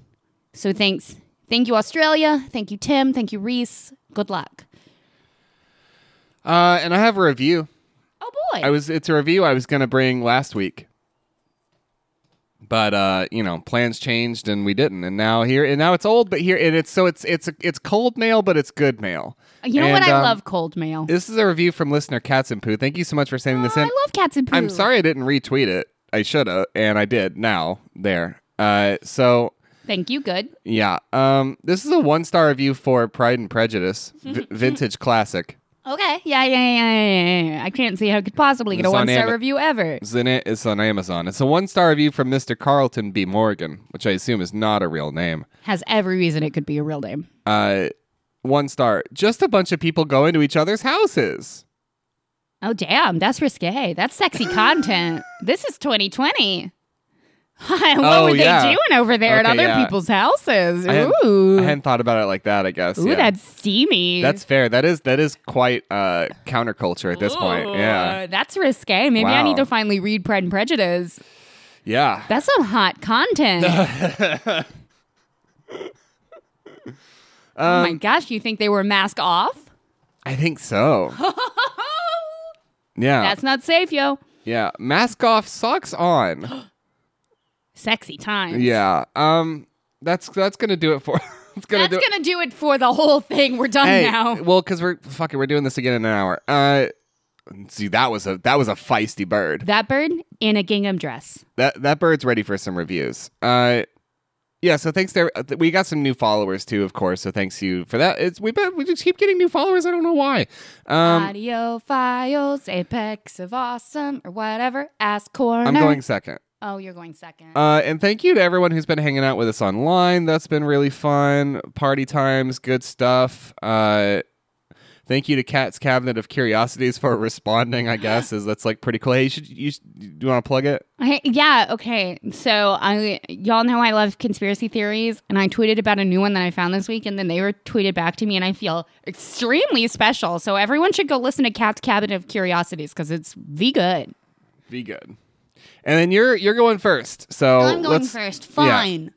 So thanks, thank you Australia, thank you Tim, thank you Reese. Good luck. Uh, and I have a review. Oh boy. I was. It's a review I was gonna bring last week, but uh, you know, plans changed and we didn't. And now here, and now it's old, but here, and it's so it's it's it's cold mail, but it's good mail. You know what? And, I um, love cold mail. Oh, This is a review from listener Cats and Poo. Thank you so much for sending this I in. love cats and poo. I'm sorry I didn't retweet it. I should have, and I did. Now there. Uh, so Thank you. Good. yeah, um, this is a one star review for Pride and Prejudice, (laughs) v- vintage classic. Okay. Yeah, yeah, yeah, yeah, yeah, yeah. I can't see how it could possibly get It's a on one star Ama- review ever. It's, in it, it's on Amazon. It's a one star review from Mr. Carlton B. Morgan, which I assume is not a real name. Has every reason it could be a real name. Uh, one star. Just a bunch of people go into each other's houses. Oh damn, that's risque. That's sexy (gasps) content. this is 2020. (laughs) what Oh, were they yeah. doing over there at Okay, other yeah. people's houses? I hadn't, Ooh, I hadn't thought about it like that. I guess. ooh, yeah. that's steamy. That's fair. That is that is quite uh, counterculture at this point. Ooh, Yeah, that's risque. Maybe I Wow. need to finally read Pride and Prejudice. yeah. That's some (laughs) hot content. oh Um, my gosh, you think they were mask off? I think (laughs) so. yeah, That's not safe, yo. yeah. Mask off, socks (gasps) on. Sexy time. yeah. Um. That's that's gonna do it for. (laughs) it's gonna That's do. it- gonna do it for the whole thing. We're done hey, now. well, because we're fucking we're doing this again in an hour. Uh. See, that was a that was a feisty bird. That bird in a gingham dress. That that bird's ready for some reviews. Uh. Yeah, so thanks there. uh, th- We got some new followers too, of course. So thanks you for that. It's we bet we just keep getting new followers. I don't know why. Um, Audio files, apex of awesome, or whatever. Ask corner. I'm going second. Oh, you're going second. Uh, and thank you to everyone who's been hanging out with us online. That's been really fun. Party times, good stuff. Uh, Thank you to Cat's Cabinet of Curiosities for responding. I guess is that's like pretty cool. Hey, you should you should, do you want to plug it? I, yeah, okay. So I y'all know I love conspiracy theories and I tweeted about a new one that I found this week and then they were tweeted back to me and I feel extremely special. So everyone should go listen to Cat's Cabinet of Curiosities cuz it's the good. Be good. And then you're you're going first. So I'm going Oh, let's, first. yeah. Fine.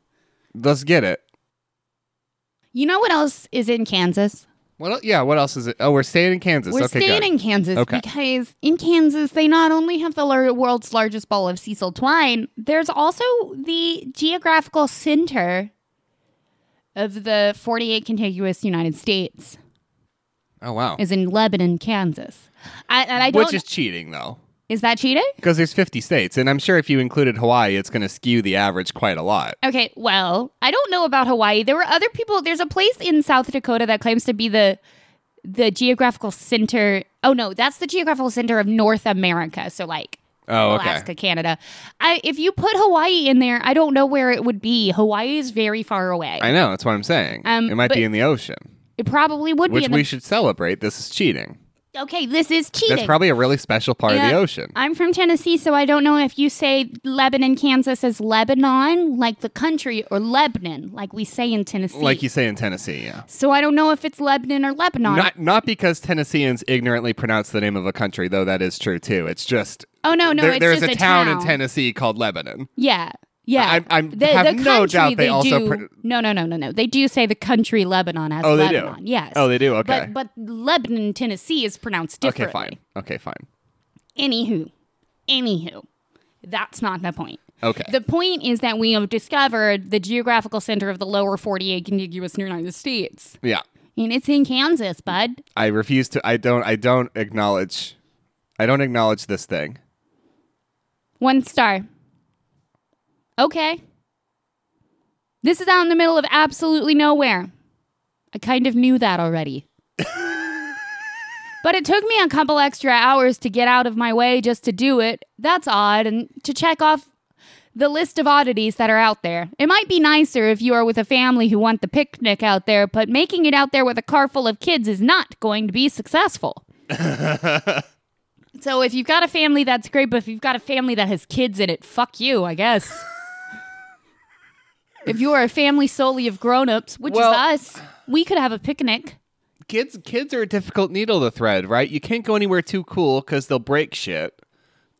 Let's get it. You know what else is in Kansas? What? el- Yeah. What else is it? Oh, we're staying in Kansas. We're okay, staying good. in Kansas Okay. because in Kansas they not only have the lar- world's largest ball of Cecil twine, there's also the geographical center of the 48 contiguous United States Oh wow. is in Lebanon, Kansas. I, and I don't Which is cheating though, is that cheating? because there's 50 states, and I'm sure if you included Hawaii, it's going to skew the average quite a lot. Okay, well, I don't know about Hawaii. There were other people. There's a place in South Dakota that claims to be the the geographical center. Oh no, that's the geographical center of North America. So like Oh, okay. Alaska, Canada. I if you put Hawaii in there, I don't know where it would be. Hawaii is very far away. I know. That's what I'm saying. Um, it might but- be in the ocean, it probably would be which in we should celebrate. This is cheating. the, Okay, this is cheating. That's probably a really special part of the Yeah. ocean. I'm from Tennessee, so I don't know if you say Lebanon, Kansas as Lebanon, like the country, or Lebanon, like we say in Tennessee. Like you say in Tennessee, yeah. so I don't know if it's Lebanon or Lebanon. Not not because Tennesseans ignorantly pronounce the name of a country, though that is true too. It's just Oh no, no, there- it's there's just a town, in Tennessee called Lebanon. Yeah, yeah. I- I'm- have no doubt they also do, pr- no, no, no, no, no. They do say the country Lebanon as Oh, they do? Lebanon. Yes. Oh, they do. Okay. But but Lebanon, Tennessee is pronounced okay, differently. fine. Okay, fine. Anywho, anywho, that's not the point. Okay. The point is that we have discovered the geographical center of the lower 48 contiguous United States, yeah. and it's in Kansas, bud. I refuse to. I don't. I don't acknowledge. I don't acknowledge this thing. One star. Okay. This is out in the middle of absolutely nowhere. I kind of knew that already. but it took me a couple extra hours to get out of my way just to do it. That's odd. And to check off the list of oddities that are out there. It might be nicer if you are with a family who want the picnic out there, but making it out there with a car full of kids is not going to be successful. So if you've got a family, that's great. But if you've got a family that has kids in it, fuck you, I guess. if you are a family solely of grown-ups, which Well- is us, we could have a picnic. Kids. Kids are a difficult needle to thread, right? You can't go anywhere too cool because they'll break shit,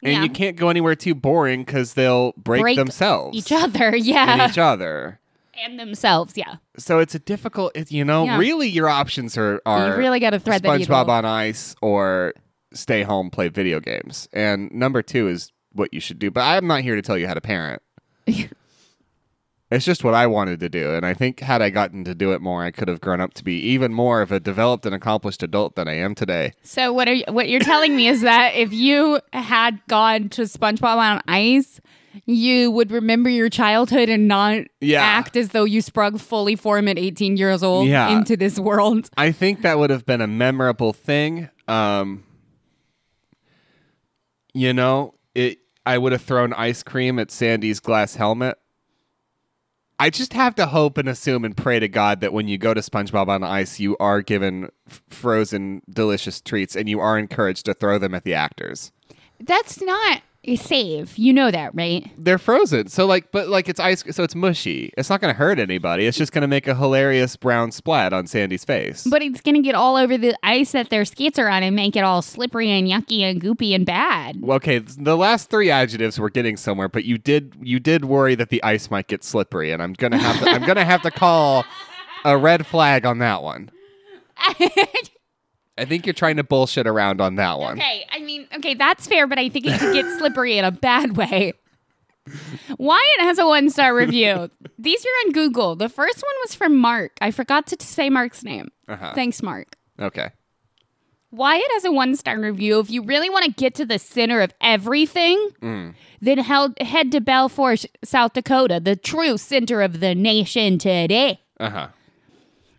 and Yeah. you can't go anywhere too boring because they'll break, Break themselves Each other, (laughs) yeah. and each other. and themselves, yeah. So it's a difficult. It, you know, Yeah. really, your options are are you really got to thread that SpongeBob needle. on ice or stay home play video games. And number two is what you should do. But I'm not here to tell you how to (laughs) parent. It's just what I wanted to do. And I think had I gotten to do it more, I could have grown up to be even more of a developed and accomplished adult than I am today. So what are you, what you're telling me is that if you had gone to SpongeBob on Ice, you would remember your childhood and not Yeah. act as though you sprung fully formed at 18 years old Yeah. into this world. I think that would have been a memorable thing. Um, you know, it. I would have thrown ice cream at Sandy's glass helmet. I just have to hope and assume and pray to God that when you go to SpongeBob on ice, you are given f- frozen delicious treats and you are encouraged to throw them at the actors. That's not a save. You know that, right? They're frozen, so like, but like it's ice, so it's mushy. It's not going to hurt anybody. It's just going to make a hilarious brown splat on Sandy's face. But it's going to get all over the ice that their skates are on and make it all slippery and yucky and goopy and bad. Okay, th- the last three adjectives were getting somewhere, but you did you did worry that the ice might get slippery, and I'm gonna have to I'm gonna have to call a red flag on that (laughs) one. I think you're trying to bullshit around on that one. okay, I mean, okay, that's fair, but I think it could get slippery in a bad way. Wyatt has a one star review. These are on Google. The first one was from Mark. I forgot to t- say Mark's name. Uh-huh. Thanks, Mark. Okay. Wyatt has a one star review. If you really want to get to the center of everything, then held, head to Belfort, South Dakota, the true center of the nation today. Uh huh.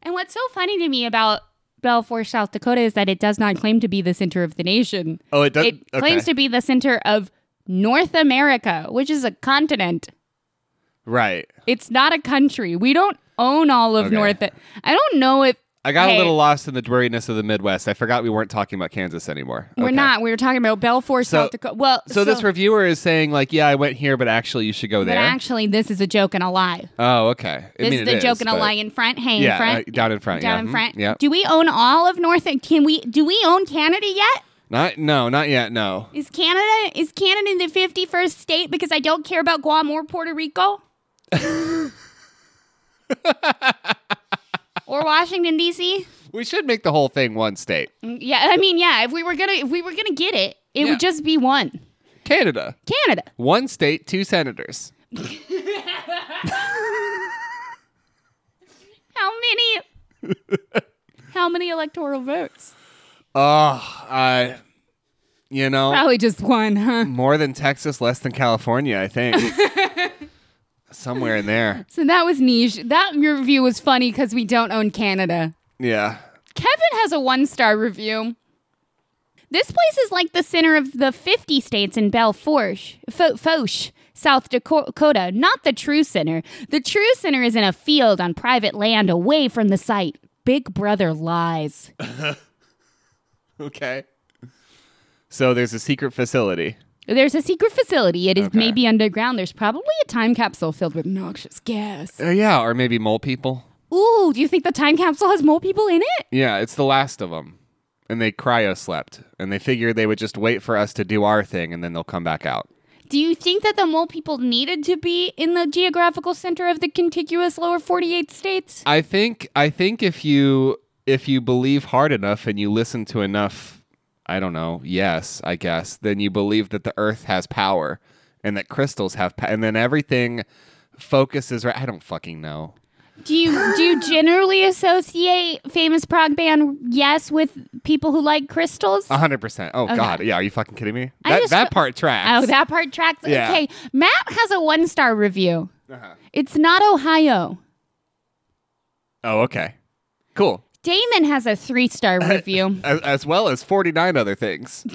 And what's so funny to me about Belfort, South Dakota is that it does not claim to be the center of the nation. Oh, it does. It claims to be the center of North America, which is a continent. right. It's not a country. We don't own all of Okay. North. I don't know if I got a Hey. little lost in the dreariness of the Midwest. I forgot we weren't talking about Kansas anymore. We're Okay. not. We were talking about Belfour, So- South Dakota. Well, So, this reviewer is saying like, yeah, I went here, but actually you should go but there. actually, this is a joke and a lie. oh, okay. I This mean, is it a joke and a but- lie in front. Hey, Yeah, in front. uh, down in front. down yeah. in Mhm. front. Yeah. Do we own all of North? Can we? Do we own Canada yet? Not no, not yet. No. Is Canada is Canada the fifty first state? Because I don't care about Guam or Puerto (laughs) Rico. or Washington D.C. We should make the whole thing one state. Yeah, I mean, yeah. If we were gonna, if we were gonna get it, it Yeah. would just be one Canada. Canada. One state, two senators. How many? (laughs) how many electoral votes? Oh, I you know, Probably just one, huh? more than Texas, less than California, I think. Somewhere in there. So that was niche. That review was funny because we don't own Canada. Yeah. Kevin has a one star review. This place is like the center of the 50 states in Belle Fourche, Fo- Foch, South Dakota, not the true center. The true center is in a field on private land away from the site. Big Brother lies. (laughs) Okay. So there's a secret facility. There's a secret facility. It is Okay. maybe underground. There's probably a time capsule filled with noxious gas. Uh, yeah, or maybe mole people. Ooh, do you think the time capsule has more people in it? Yeah, it's the last of them. And they cryo slept. And they figured they would just wait for us to do our thing and then they'll come back out. Do you think that the mole people needed to be in the geographical center of the contiguous lower 48 states? I think I think if you if you believe hard enough and you listen to enough, I don't know, yes, I guess, then you believe that the Earth has power and that crystals have power, and then everything focuses right. I don't fucking know. Do you do you generally associate famous prog band Yes with people who like crystals? A hundred percent. Oh God, yeah. Are you fucking kidding me? I That just- that part tracks. oh, that part tracks. Yeah. Okay, Matt has a one star review. Uh-huh. It's not Ohio. Oh, okay. Cool. Damon has a three star (laughs) review, As, as well as forty nine other things.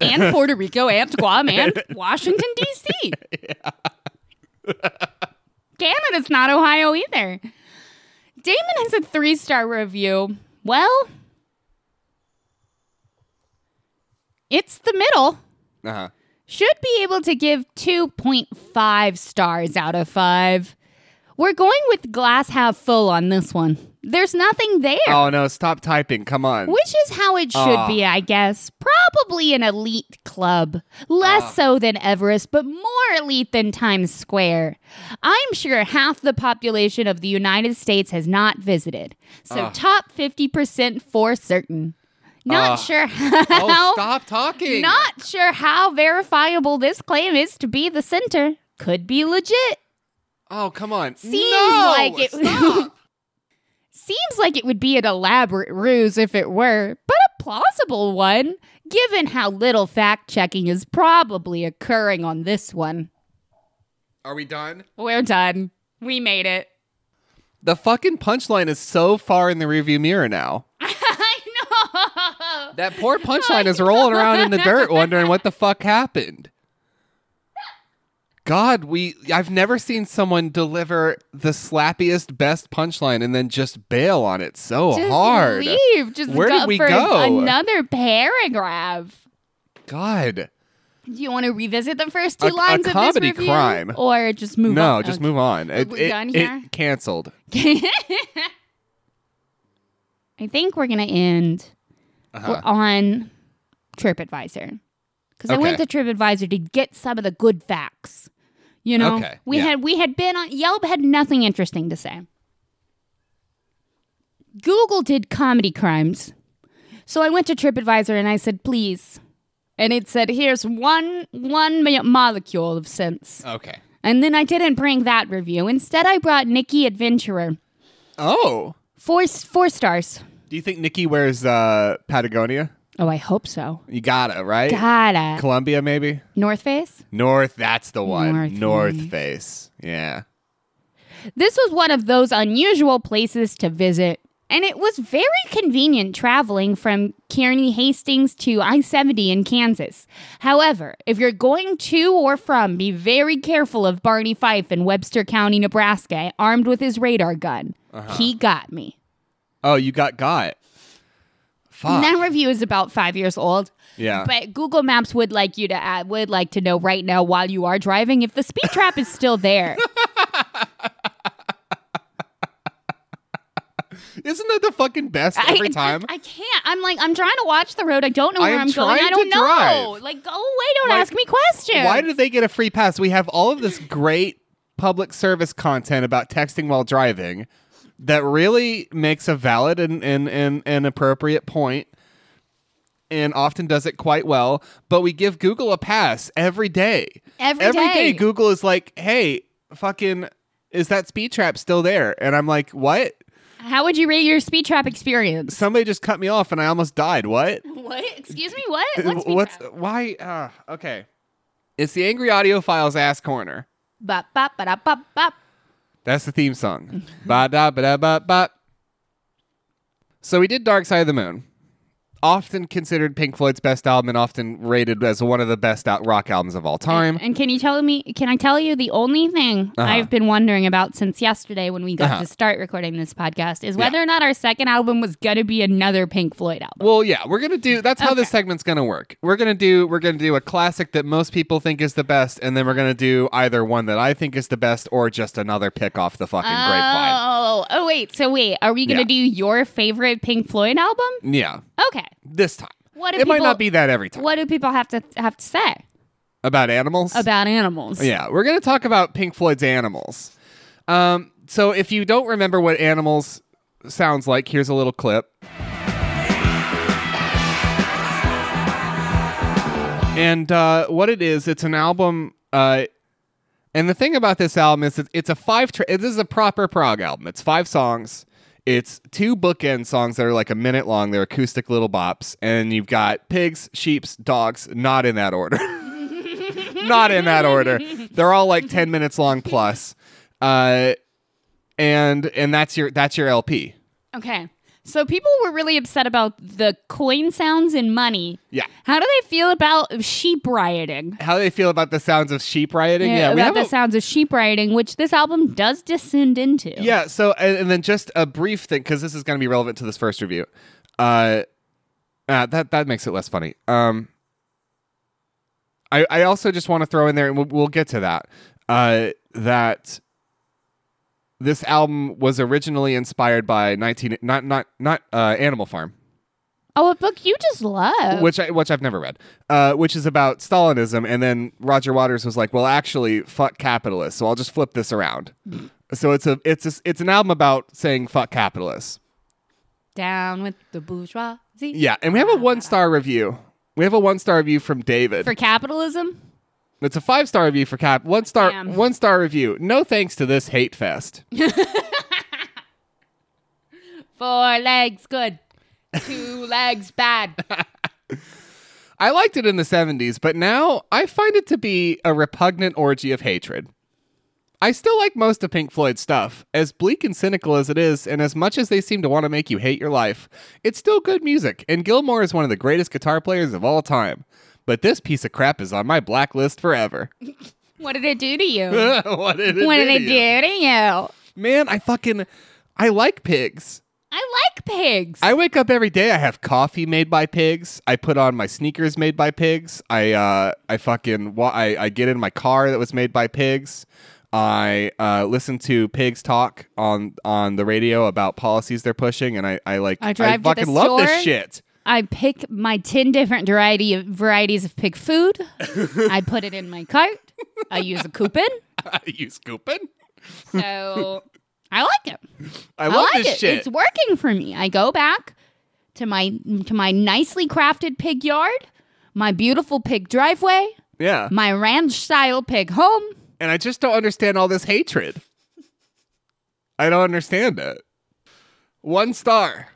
and Puerto Rico, and Guam, and Washington D.C. (laughs) Canada's not Ohio either. Damon has a three star review. Well, it's the middle. Uh huh. should be able to give 2.5 stars out of 5. We're going with glass half full on this one. There's nothing there, Oh no! Stop typing. Come on. which is how it should Ah. be, I guess. Probably an elite club. Less so than Everest, but more elite than Times Square. I'm sure half the population of the United States has not visited. So Ah. top 50% for certain. Not Ah. sure how. Oh, stop talking. Not sure how verifiable this claim is to be the center. Could be legit. Oh, come on. Seems no, like it- Stop. (laughs) Seems like it would be an elaborate ruse if it were, but a plausible one, given how little fact checking is probably occurring on this one. Are we done? We're done. We made it. (laughs) The fucking punchline is so far in the rearview mirror now. I know. That (laughs) poor punchline is rolling around in the dirt wondering what the fuck happened. God, we I've never seen someone deliver the slappiest best punchline and then just bail on it so Just hard. leave. Just Where go did we for go? Another paragraph. God. Do you want to revisit the first two A- a lines of this comedy review, crime. or just move no, on? just move on. It, we it- done it here? canceled. I think we're gonna end Uh-huh. on TripAdvisor because I went Okay. to TripAdvisor to get some of the good facts. You know, Okay, we yeah. had we had been on Yelp had nothing interesting to say. Google did comedy crimes, so I went to TripAdvisor and I said, "Please," and it said, "Here's one one mo- molecule of sense." Okay. And then I didn't bring that review. Instead, I brought Nikki Adventurer. Oh. Four four stars. Do you think Nikki wears uh, Patagonia? Oh, I hope so. You gotta, right? Gotta. Columbia, maybe? North Face. North, that's the one. North North, Face. Face. Yeah. This was one of those unusual places to visit, and it was very convenient traveling from Kearney Hastings to I 70 in Kansas. However, if you're going to or from, be very careful of Barney Fife in Webster County, Nebraska, armed with his radar gun. He got me. Oh, you got got. Fuck. Uh. That review is about five years old. (laughs) yeah. But Google Maps would like you to add, would like to know right now while you are driving if the speed trap is still there. Isn't that the fucking best (laughs) I- every I, time? I, can't. I'm like I'm trying to watch the road. I don't know I where am I'm going. trying I don't to know. drive. Like go away. Don't Like, ask me questions. Why did they get a free pass? We have all of this great public service content about texting while driving that really makes a valid and, and, and, and appropriate point and often does it quite well. But we give Google a pass every day. Every every day. day. Google is like, hey, fucking, is that speed trap still there? And I'm like, what? How would you rate your speed trap experience? Somebody just cut me off and I almost died. (laughs) What? What? Excuse me. (laughs) What? What What's, speed What's trap? why? Uh, okay. It's the Angry Audio Files ass corner. Bop bop bada, bop bop. That's the theme (laughs) song. ba da ba da ba ba. So we did Dark Side of the Moon. Often considered Pink Floyd's best album and often rated as one of the best out- rock albums of all time. And can you tell me? Can I tell you the only thing I've been wondering about since yesterday when we got Uh-huh. to start recording this podcast is whether or not our second album was gonna be another Pink Floyd album. Well, yeah, we're gonna do. That's how this segment's gonna work. We're gonna do. We're gonna do a classic that most people think is the best, and then we're gonna do either one that I think is the best or just another pick off the fucking grapevine. Oh, oh wait. So wait, are we gonna Yeah. do your favorite Pink Floyd album? Yeah, Okay. this time. What it do might people- not be that every time What do people have to have to say about animals. about animals? Yeah, we're going to talk about Pink Floyd's Animals. Um, so if you don't remember what Animals sounds like, here's a little clip. And uh, what it is, it's an album. Uh, and the thing about this album is that it's a five. Tra- this is a proper prog album. It's five songs. It's two bookend songs that are like a minute long. They're acoustic little bops, and you've got pigs, sheeps, dogs. Not in that order. (laughs) not in that order. They're all like ten minutes long plus. Uh, and and that's your that's your LP. Okay. So people were really upset about the coin sounds and money. Yeah. How do they feel about sheep rioting? How they feel about the sounds of sheep rioting? Yeah, we about have the a, sounds of sheep rioting, which this album does descend into. Yeah. So, and, and then just a brief thing, because this is going to be relevant to this first review. Uh, uh, that that makes it less funny. Um, I I also just want to throw in there, and we'll, we'll get to that. Uh, that this album was originally inspired by nineteen not not not uh, Animal Farm, Oh, a book you just love. which I which I've never read, uh, which is about Stalinism, and then Roger Waters was like, "Well, actually, fuck capitalists," so I'll just flip this around. so it's a it's a, it's an album about saying fuck capitalists. Down with the bourgeoisie. Yeah, and we have a one star review. We have a one star review from David. Ah. For capitalism? it's a five star review for Cap. One star Damn. one star review. No thanks to this hate fest. Four legs good. Two (laughs) legs bad. I liked it in the seventies, but now I find it to be a repugnant orgy of hatred. I still like most of Pink Floyd's stuff. As bleak and cynical as it is, and as much as they seem to want to make you hate your life, it's still good music, and Gilmore is one of the greatest guitar players of all time. But this piece of crap is on my blacklist forever. (laughs) What did it do to you? what did it what do? did to it you? do to you? Man, I fucking I like pigs. I like pigs. I wake up every day. I have coffee made by pigs. I put on my sneakers made by pigs. I uh, I fucking wa- I, I get in my car that was made by pigs. I uh, listen to pigs talk on on the radio about policies they're pushing, and I I like I drive to the fucking love this store. shit. (laughs) I pick my 10 different variety of varieties of pig food. (laughs) I put it in my cart. I use a coupon. you scooping? So I like it. I love like this it. shit. It's working for me. I go back to my to my nicely crafted pig yard, my beautiful pig driveway, yeah, my ranch style pig home. and I just don't understand all this hatred. I don't understand it. One star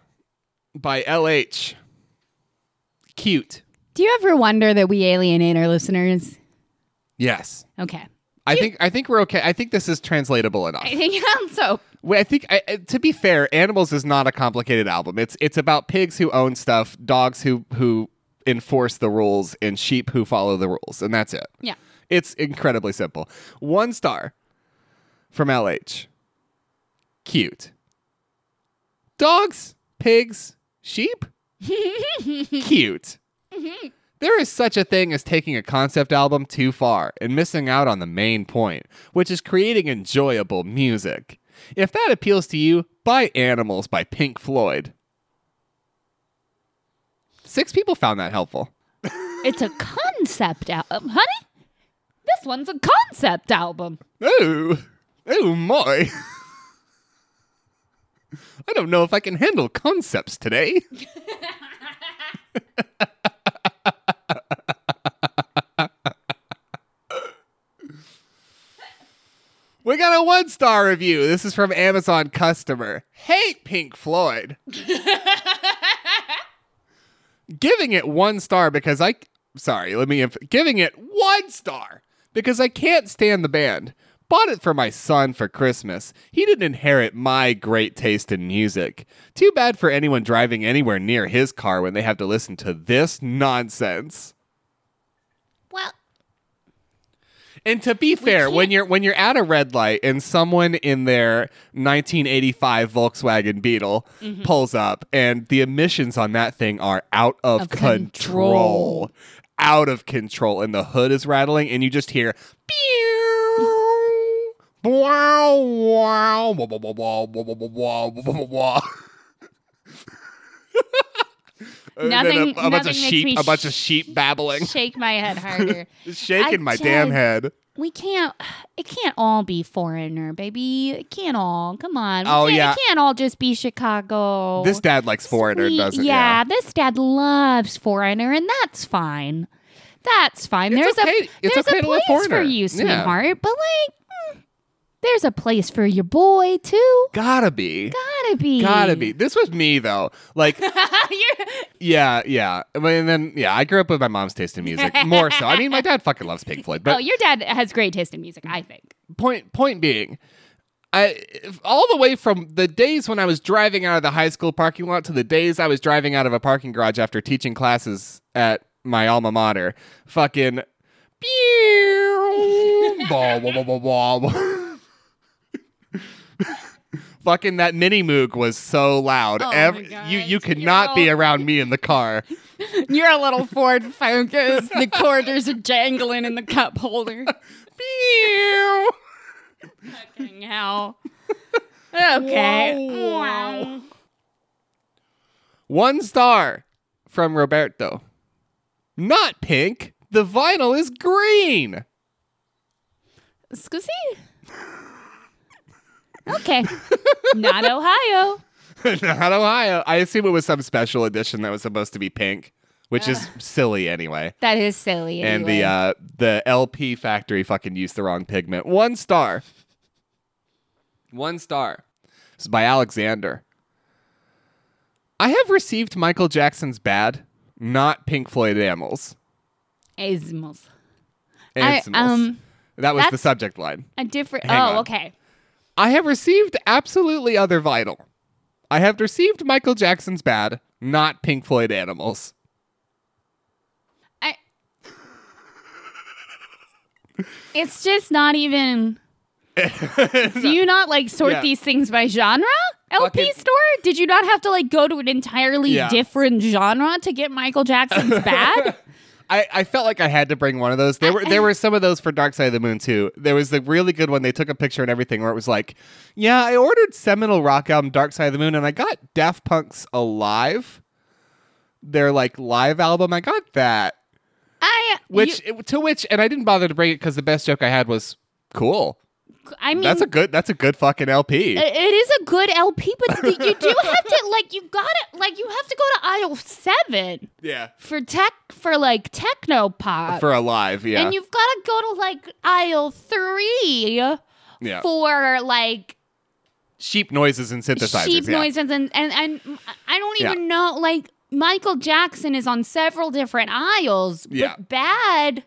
by LH. Cute. Do you ever wonder that we alienate our listeners? Yes. Okay. I think I think we're okay. I think this is translatable enough. I (laughs) think so. Wait, I think I, I- to be fair, Animals is not a complicated album. It's it's about pigs who own stuff, dogs who who enforce the rules, and sheep who follow the rules, and that's it. Yeah. (laughs) It's incredibly simple. One star from LH. Cute. Dogs pigs, sheep. (laughs) Cute. There is such a thing as taking a concept album too far and missing out on the main point, which is creating enjoyable music. If that appeals to you, buy Animals by Pink Floyd. Six people found that helpful. It's a concept album, honey. This one's a concept album. Oh, oh my. I don't know if I can handle concepts today. we got a one star review. This is from Amazon customer. Hate Pink Floyd. giving it one star because I sorry, let me inf- giving it one star because I can't stand the band. Bought it for my son for Christmas. He didn't inherit my great taste in music. Too bad for anyone driving anywhere near his car when they have to listen to this nonsense. Well, And to be fair, when can't- you're when you're at a red light and someone in their 1985 Volkswagen Beetle Mm-hmm. pulls up and the emissions on that thing are out of, Of control. out of control and the hood is rattling and you just hear (laughs) "Pew, wow, wow, wah, wah, wah, wah, wah, wah, wah, wah, wah, wah, wah." And then Nothing- a, a bunch nothing of makes sheep me a bunch of sh- sheep babbling shake my head (laughs) harder. shaking I my damn just- head we can't. It can't all be foreigner, baby. It can't all. Come on. We Oh, can't- yeah. It can't all just be Chicago. This dad likes foreigner, Sweet- doesn't yeah, yeah? this dad loves foreigner, and that's fine. That's fine. It's there's okay- a it's there's okay a to love place for Foreigner. you, Yeah. sweetheart. But like, mm, there's a place for your boy too. Gotta be. Gotta be. Gotta be. This was me though. Like, (laughs) You're- yeah, yeah. I mean, and then, yeah, I grew up with my mom's taste in music more so. I mean, my dad fucking loves Pink Floyd, oh, but your dad has great taste in music. I think. point point being, I if- all the way from the days when I was driving out of the high school parking lot to the days I was driving out of a parking garage after teaching classes at my alma mater. Fucking. pew, blah, blah, blah, blah, (laughs) blah. Fucking that mini moog was so loud. Oh my Every- God. you you could You're not be all- around me in the (laughs) car. (laughs) You're a little Ford Focus. The quarters are jangling in the cup holder. Pew. (laughs) Fucking hell. Okay. Wow. One star from Roberto. Not pink. The vinyl is green. (laughs) Excuse Okay. Not Ohio. Not Ohio. I assume it was some special edition that was supposed to be pink, which is Ah. silly anyway. That is silly. And the uh, the LP factory fucking used the wrong pigment. One star. One star. It's by Alexander. I have received Michael Jackson's bad, not Pink Floyd animals. uh, Ismals. I, Animals. um, that was the that's- subject line. a different. Hang oh, on. okay. I have received absolutely other vinyl. I have received Michael Jackson's bad, not Pink Floyd animals. I. It's just (laughs) not even. Do you not like sort Yeah. these things by genre? LP Fucking- store? Did you not have to like go to an entirely Yeah. different genre to get (laughs) Michael Jackson's bad? I, I felt like I had to bring one of those. There were there were some of those for Dark Side of the Moon too. There was the really good one. They took a picture and everything where it was like, yeah, I ordered seminal rock album Dark Side of the Moon and I got Daft Punk's Alive, their like live album. I got that, I which to which, and I didn't bother to bring it because the best joke I had was cool. you- I mean That's a good that's a good fucking LP. It- it is a good LP, but the, you (laughs) do have to like you got to like you have to go to aisle seven yeah, for tech for like techno pop, for Alive. Yeah, and you've got to go to like aisle three yeah. for like sheep noises and synthesizers. sheep yeah. noises and and and mm, I don't Yeah. even know like Michael Jackson is on several different aisles, Yeah. but bad.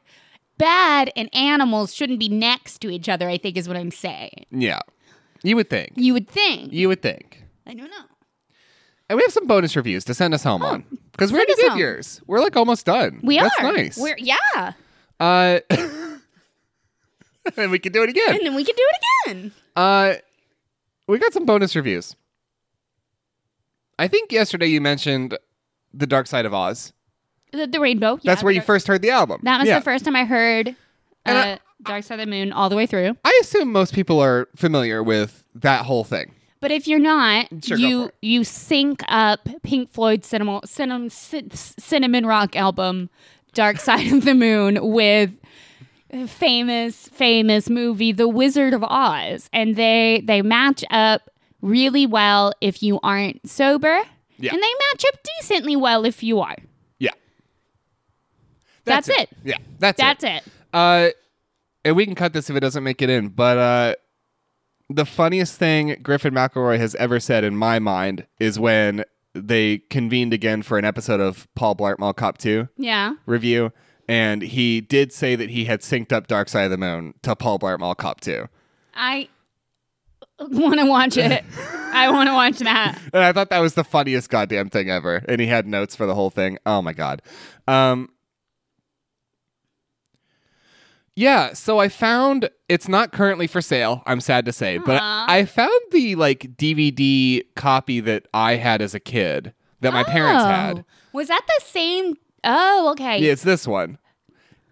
Bad and animals shouldn't be next to each other, I think is what I'm saying. Yeah, you would think. You would think. You would think. I don't know. And we have some bonus reviews to send us home on because we Oh. send already us did home. yours. We're like almost done. We That's are. nice. We're yeah. uh, (laughs) and we can do it again. and then we can do it again. Uh, we got some bonus reviews. I think yesterday you mentioned The Dark Side of Oz. The, the rainbow. That's yeah, where the you dark- first heard the album. That was Yeah. the first time I heard uh, And I- Dark Side of the Moon all the way through. I assume most people are familiar with that whole thing. But if you're not, Sure, go for you it. you sync up Pink Floyd's cinnamon, cinnamon, cinnamon rock album, Dark Side of the Moon, with famous famous movie The Wizard of Oz, and they they match up really well if you aren't sober, Yeah. and they match up decently well if you are. Yeah. That's it. Yeah, that's, That's it. it. Uh, and we can cut this if it doesn't make it in, but uh, the funniest thing Griffin McElroy has ever said in my mind is when they convened again for an episode of Paul Blart Mall Cop 2 Yeah. review, and he did say that he had synced up Dark Side of the Moon to Paul Blart Mall Cop 2. I want to watch (laughs) it. I want to watch that. And I thought that was the funniest goddamn thing ever. And he had notes for the whole thing. Oh my god. Um Yeah, so I found it's not currently for sale, I'm sad to say, but Aw. I found the like DVD copy that I had as a kid that my parents Oh. had. Was that the same? Oh, okay. Yeah, it's this one.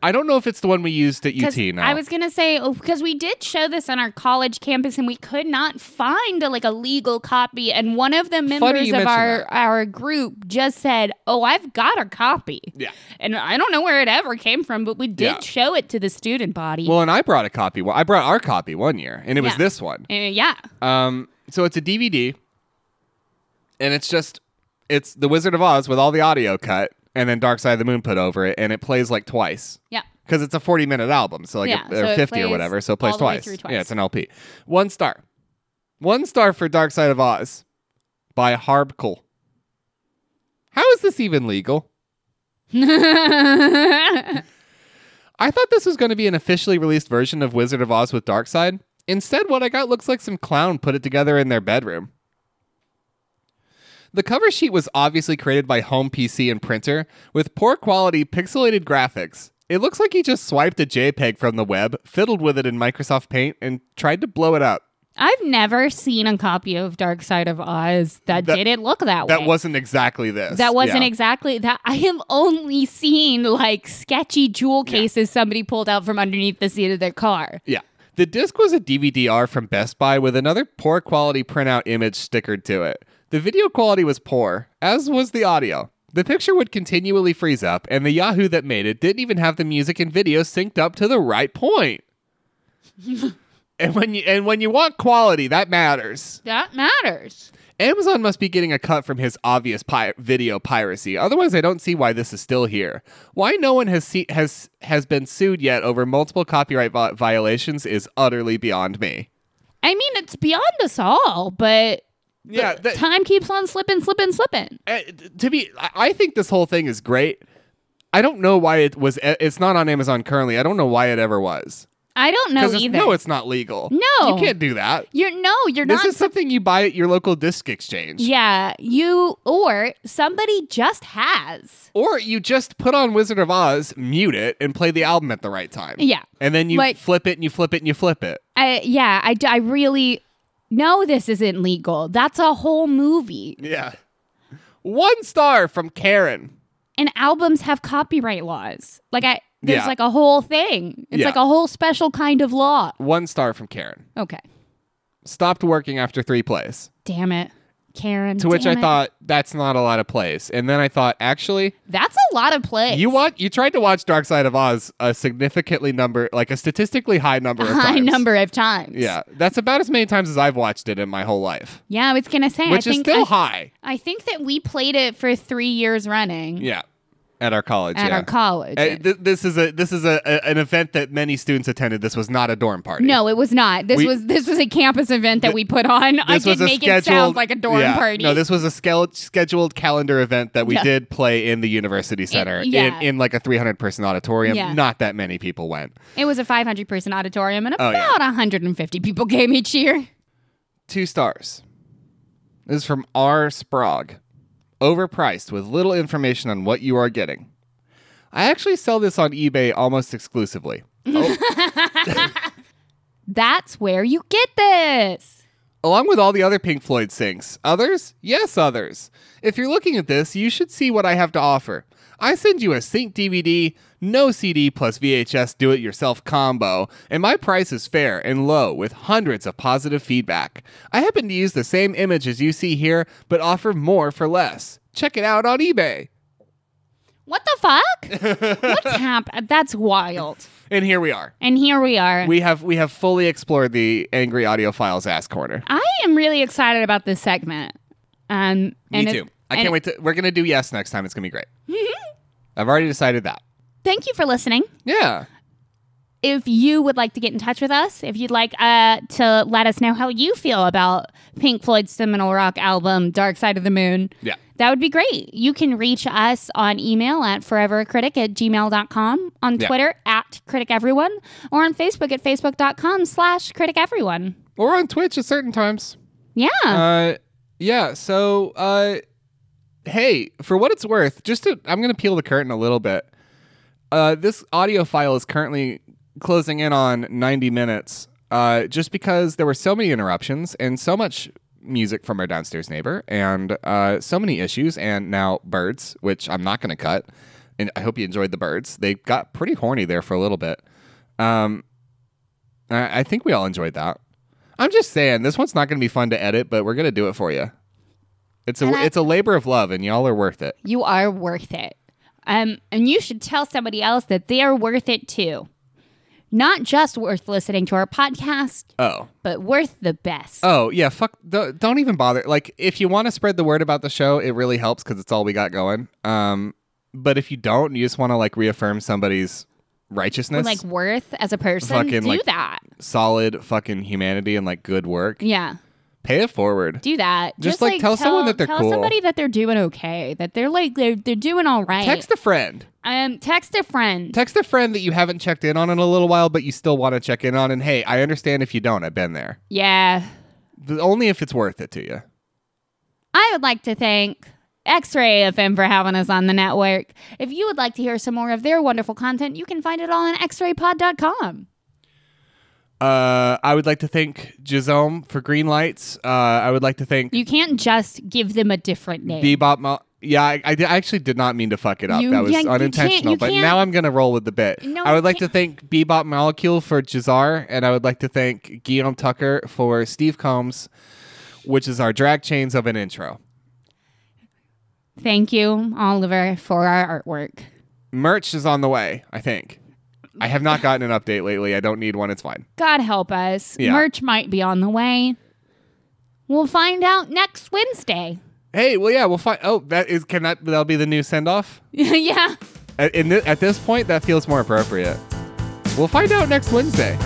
I don't know if it's the one we used at 'Cause UT E now. I was gonna say because we did show this on our college campus and we could not find a, like a legal copy, and one of the members you of mention our that. our group just said, "Oh, I've got a copy," yeah. and I don't know where it ever came from, but we did Yeah. show it to the student body. Well, and I brought a copy. Well, I brought our copy one year, and it was Yeah. this one. Uh, yeah, Um, so it's a DVD, and it's just it's The Wizard of Oz with all the audio cut, and then Dark Side of the Moon put over it, and it plays like twice yeah. because it's a forty-minute album, so like Yeah, it- so or it fifty or plays whatever, so it plays all the way twice. through twice. Yeah, it's an LP. One star, one star for Dark Side of Oz by Harbkle. How is this even (laughs) legal? I thought this was going to be an officially released version of Wizard of Oz with Dark Side. Instead, what I got looks like some clown put it together in their bedroom. The cover sheet was obviously created by Home PC and Printer with poor quality pixelated graphics. It looks like he just swiped a JPEG from the web, fiddled with it in Microsoft Paint, and tried to blow it up. I've never seen a copy of Dark Side of Oz that, That- didn't look that, way. That wasn't exactly this. That wasn't Yeah. exactly that. I have only seen like sketchy jewel cases somebody pulled out from underneath the seat of their car. Yeah. The disc was a DVD-R from Best Buy with another poor quality printout image stickered to it. The video quality was poor, as was the audio. The picture would continually freeze up, and the Yahoo that made it didn't even have the music and video synced up to the right point. and when you and when you want quality, that matters. That matters. Amazon must be getting a cut from his obvious pi- video piracy. Otherwise, I don't see why this is still here. Why no one has se- has has been sued yet over multiple copyright vi- violations is utterly beyond me. I mean, it's beyond us all, but Yeah, the that- time keeps on slipping, slipping, slipping. Uh, to be, I- I think this whole thing is great. I don't know why it was. eh, It's not on Amazon currently. I don't know why it ever was. I don't know 'Cause it's- either. No, it's not legal. No. you can't do that. you're no, you're This not. is something you buy at your local disc exchange, yeah, you or somebody just has. or you just put on Wizard of Oz, mute it, and play the album at the right time. Yeah. and then you Like- flip it and you flip it and you flip it. I, yeah, I, d- I really know this isn't legal. That's a whole movie. Yeah. One star from Karen. and albums have copyright laws. Like I there's Yeah. like a whole thing. It's Yeah. like a whole special kind of law. One star from Karen. Okay. Stopped working after three plays. Damn it. Karen. To which damn I it. thought that's not a lot of plays, and then I thought actually that's a lot of plays. You want you tried to watch Dark Side of Oz a significantly number like a statistically high number of high times. number of times. Yeah. That's about as many times as I've watched it in my whole life. Yeah, I was gonna say Which I is think still I, high. I think that we played it for three years running Yeah. At our college. at yeah. our college. Uh, th- this is a this is a, a an event that many students attended. This was not a dorm party. no, it was not. This We- was this was a campus event that we put on. I This did was a make it scheduled sound like a dorm yeah. party. No, this was a schel- scheduled calendar event that we Yeah. did play in the university center yeah. in, in like a 300 person auditorium. Yeah. Not that many people went. it was a 500 person auditorium, and Oh, about yeah. 150 people came each year. two stars. This is from R. Sprague. Overpriced with little information on what you are getting. I actually sell this on eBay almost (laughs) exclusively. Oh, That's where you get this. along with all the other Pink Floyd sings. Others? Yes, others. If you're looking at this, you should see what I have to offer. I send you a sync DVD, no CD plus VHS do it yourself combo, and my price is fair and low with hundreds of positive feedback. I happen to use the same image as you see here, but offer more for less. Check it out on eBay. What the (laughs) fuck? What's happened? That's wild. And here we are. And here we are. We have we have fully explored the angry audiophile's ass corner. I am really excited about this segment. Um, Me and it- too. I and can't it- wait to. We're gonna do yes next time. It's gonna be (laughs) great. I've already decided that. Thank you for listening. Yeah. If you would like to get in touch with us, if you'd like uh, to let us know how you feel about Pink Floyd's seminal rock album, Dark Side of the Moon, Yeah. that would be great. You can reach us on email at foreveracritic at gmail.com, on Yeah. Twitter at critic everyone, or on Facebook at facebook.com slash critic everyone. Or on Twitch at certain times. Yeah. Uh, yeah. So, uh, hey, for what it's worth, just to, I'm gonna peel the curtain a little bit. Uh, this audio file is currently closing in on 90 minutes. Uh, just because there were so many interruptions and so much music from our downstairs neighbor, and uh, so many issues, and now birds, which I'm not gonna cut. And I hope you enjoyed the birds. They got pretty horny there for a little bit. Um, I, I think we all enjoyed that. I'm just saying this one's not going to be fun to edit, but we're going to do it for you. It's a And I- it's a labor of love, and y'all are worth it. You are worth it. Um, and you should tell somebody else that they are worth it too. Not just worth listening to our podcast, Oh, but worth the best. oh yeah. Fuck. do- Don't even bother. Like, if you want to spread the word about the show, it really helps because it's all we got going. Um, but if you don't, you just want to like reaffirm somebody's righteousness, like worth as a person, Fucking, do like- that. solid fucking humanity, and like good work, Yeah, pay it forward. do that. Just, like, tell someone that they're tell cool. somebody that they're doing okay, that they're like they're, they're doing all right. Text a friend. um, text a friend. Text a friend that you haven't checked in on in a little while, but you still want to check in on. And hey, I understand if you don't. I've been there. yeah, But only if it's worth it to you. I would like to thank X-Ray FM for having us on the network. If you would like to hear some more of their wonderful content, you can find it all on xraypod.com. Uh, I would like to thank Jizome for green lights. Uh, I would like to thank You can't just give them a different name. Bebop. Mo- yeah, I, I di- I actually did not mean to fuck it up. You- that was yeah, you can't- unintentional. you but can't- now I'm gonna roll with the bit. No, I you would like to can't- thank Bebop Molecule for Jazar, and I would like to thank Guillaume Tucker for Steve Combs, which is our drag chains of an intro. Thank you, Oliver, for our artwork. Merch is on the way. I think. I have not gotten an update lately. I don't need one. It's fine. God help us. Yeah. Merch might be on the way. We'll find out next Wednesday. (laughs) Hey, well, yeah, we'll find. Oh, that is can that that'll be the new send off. yeah. At, in thi- at this point, that feels more appropriate. We'll find out next Wednesday.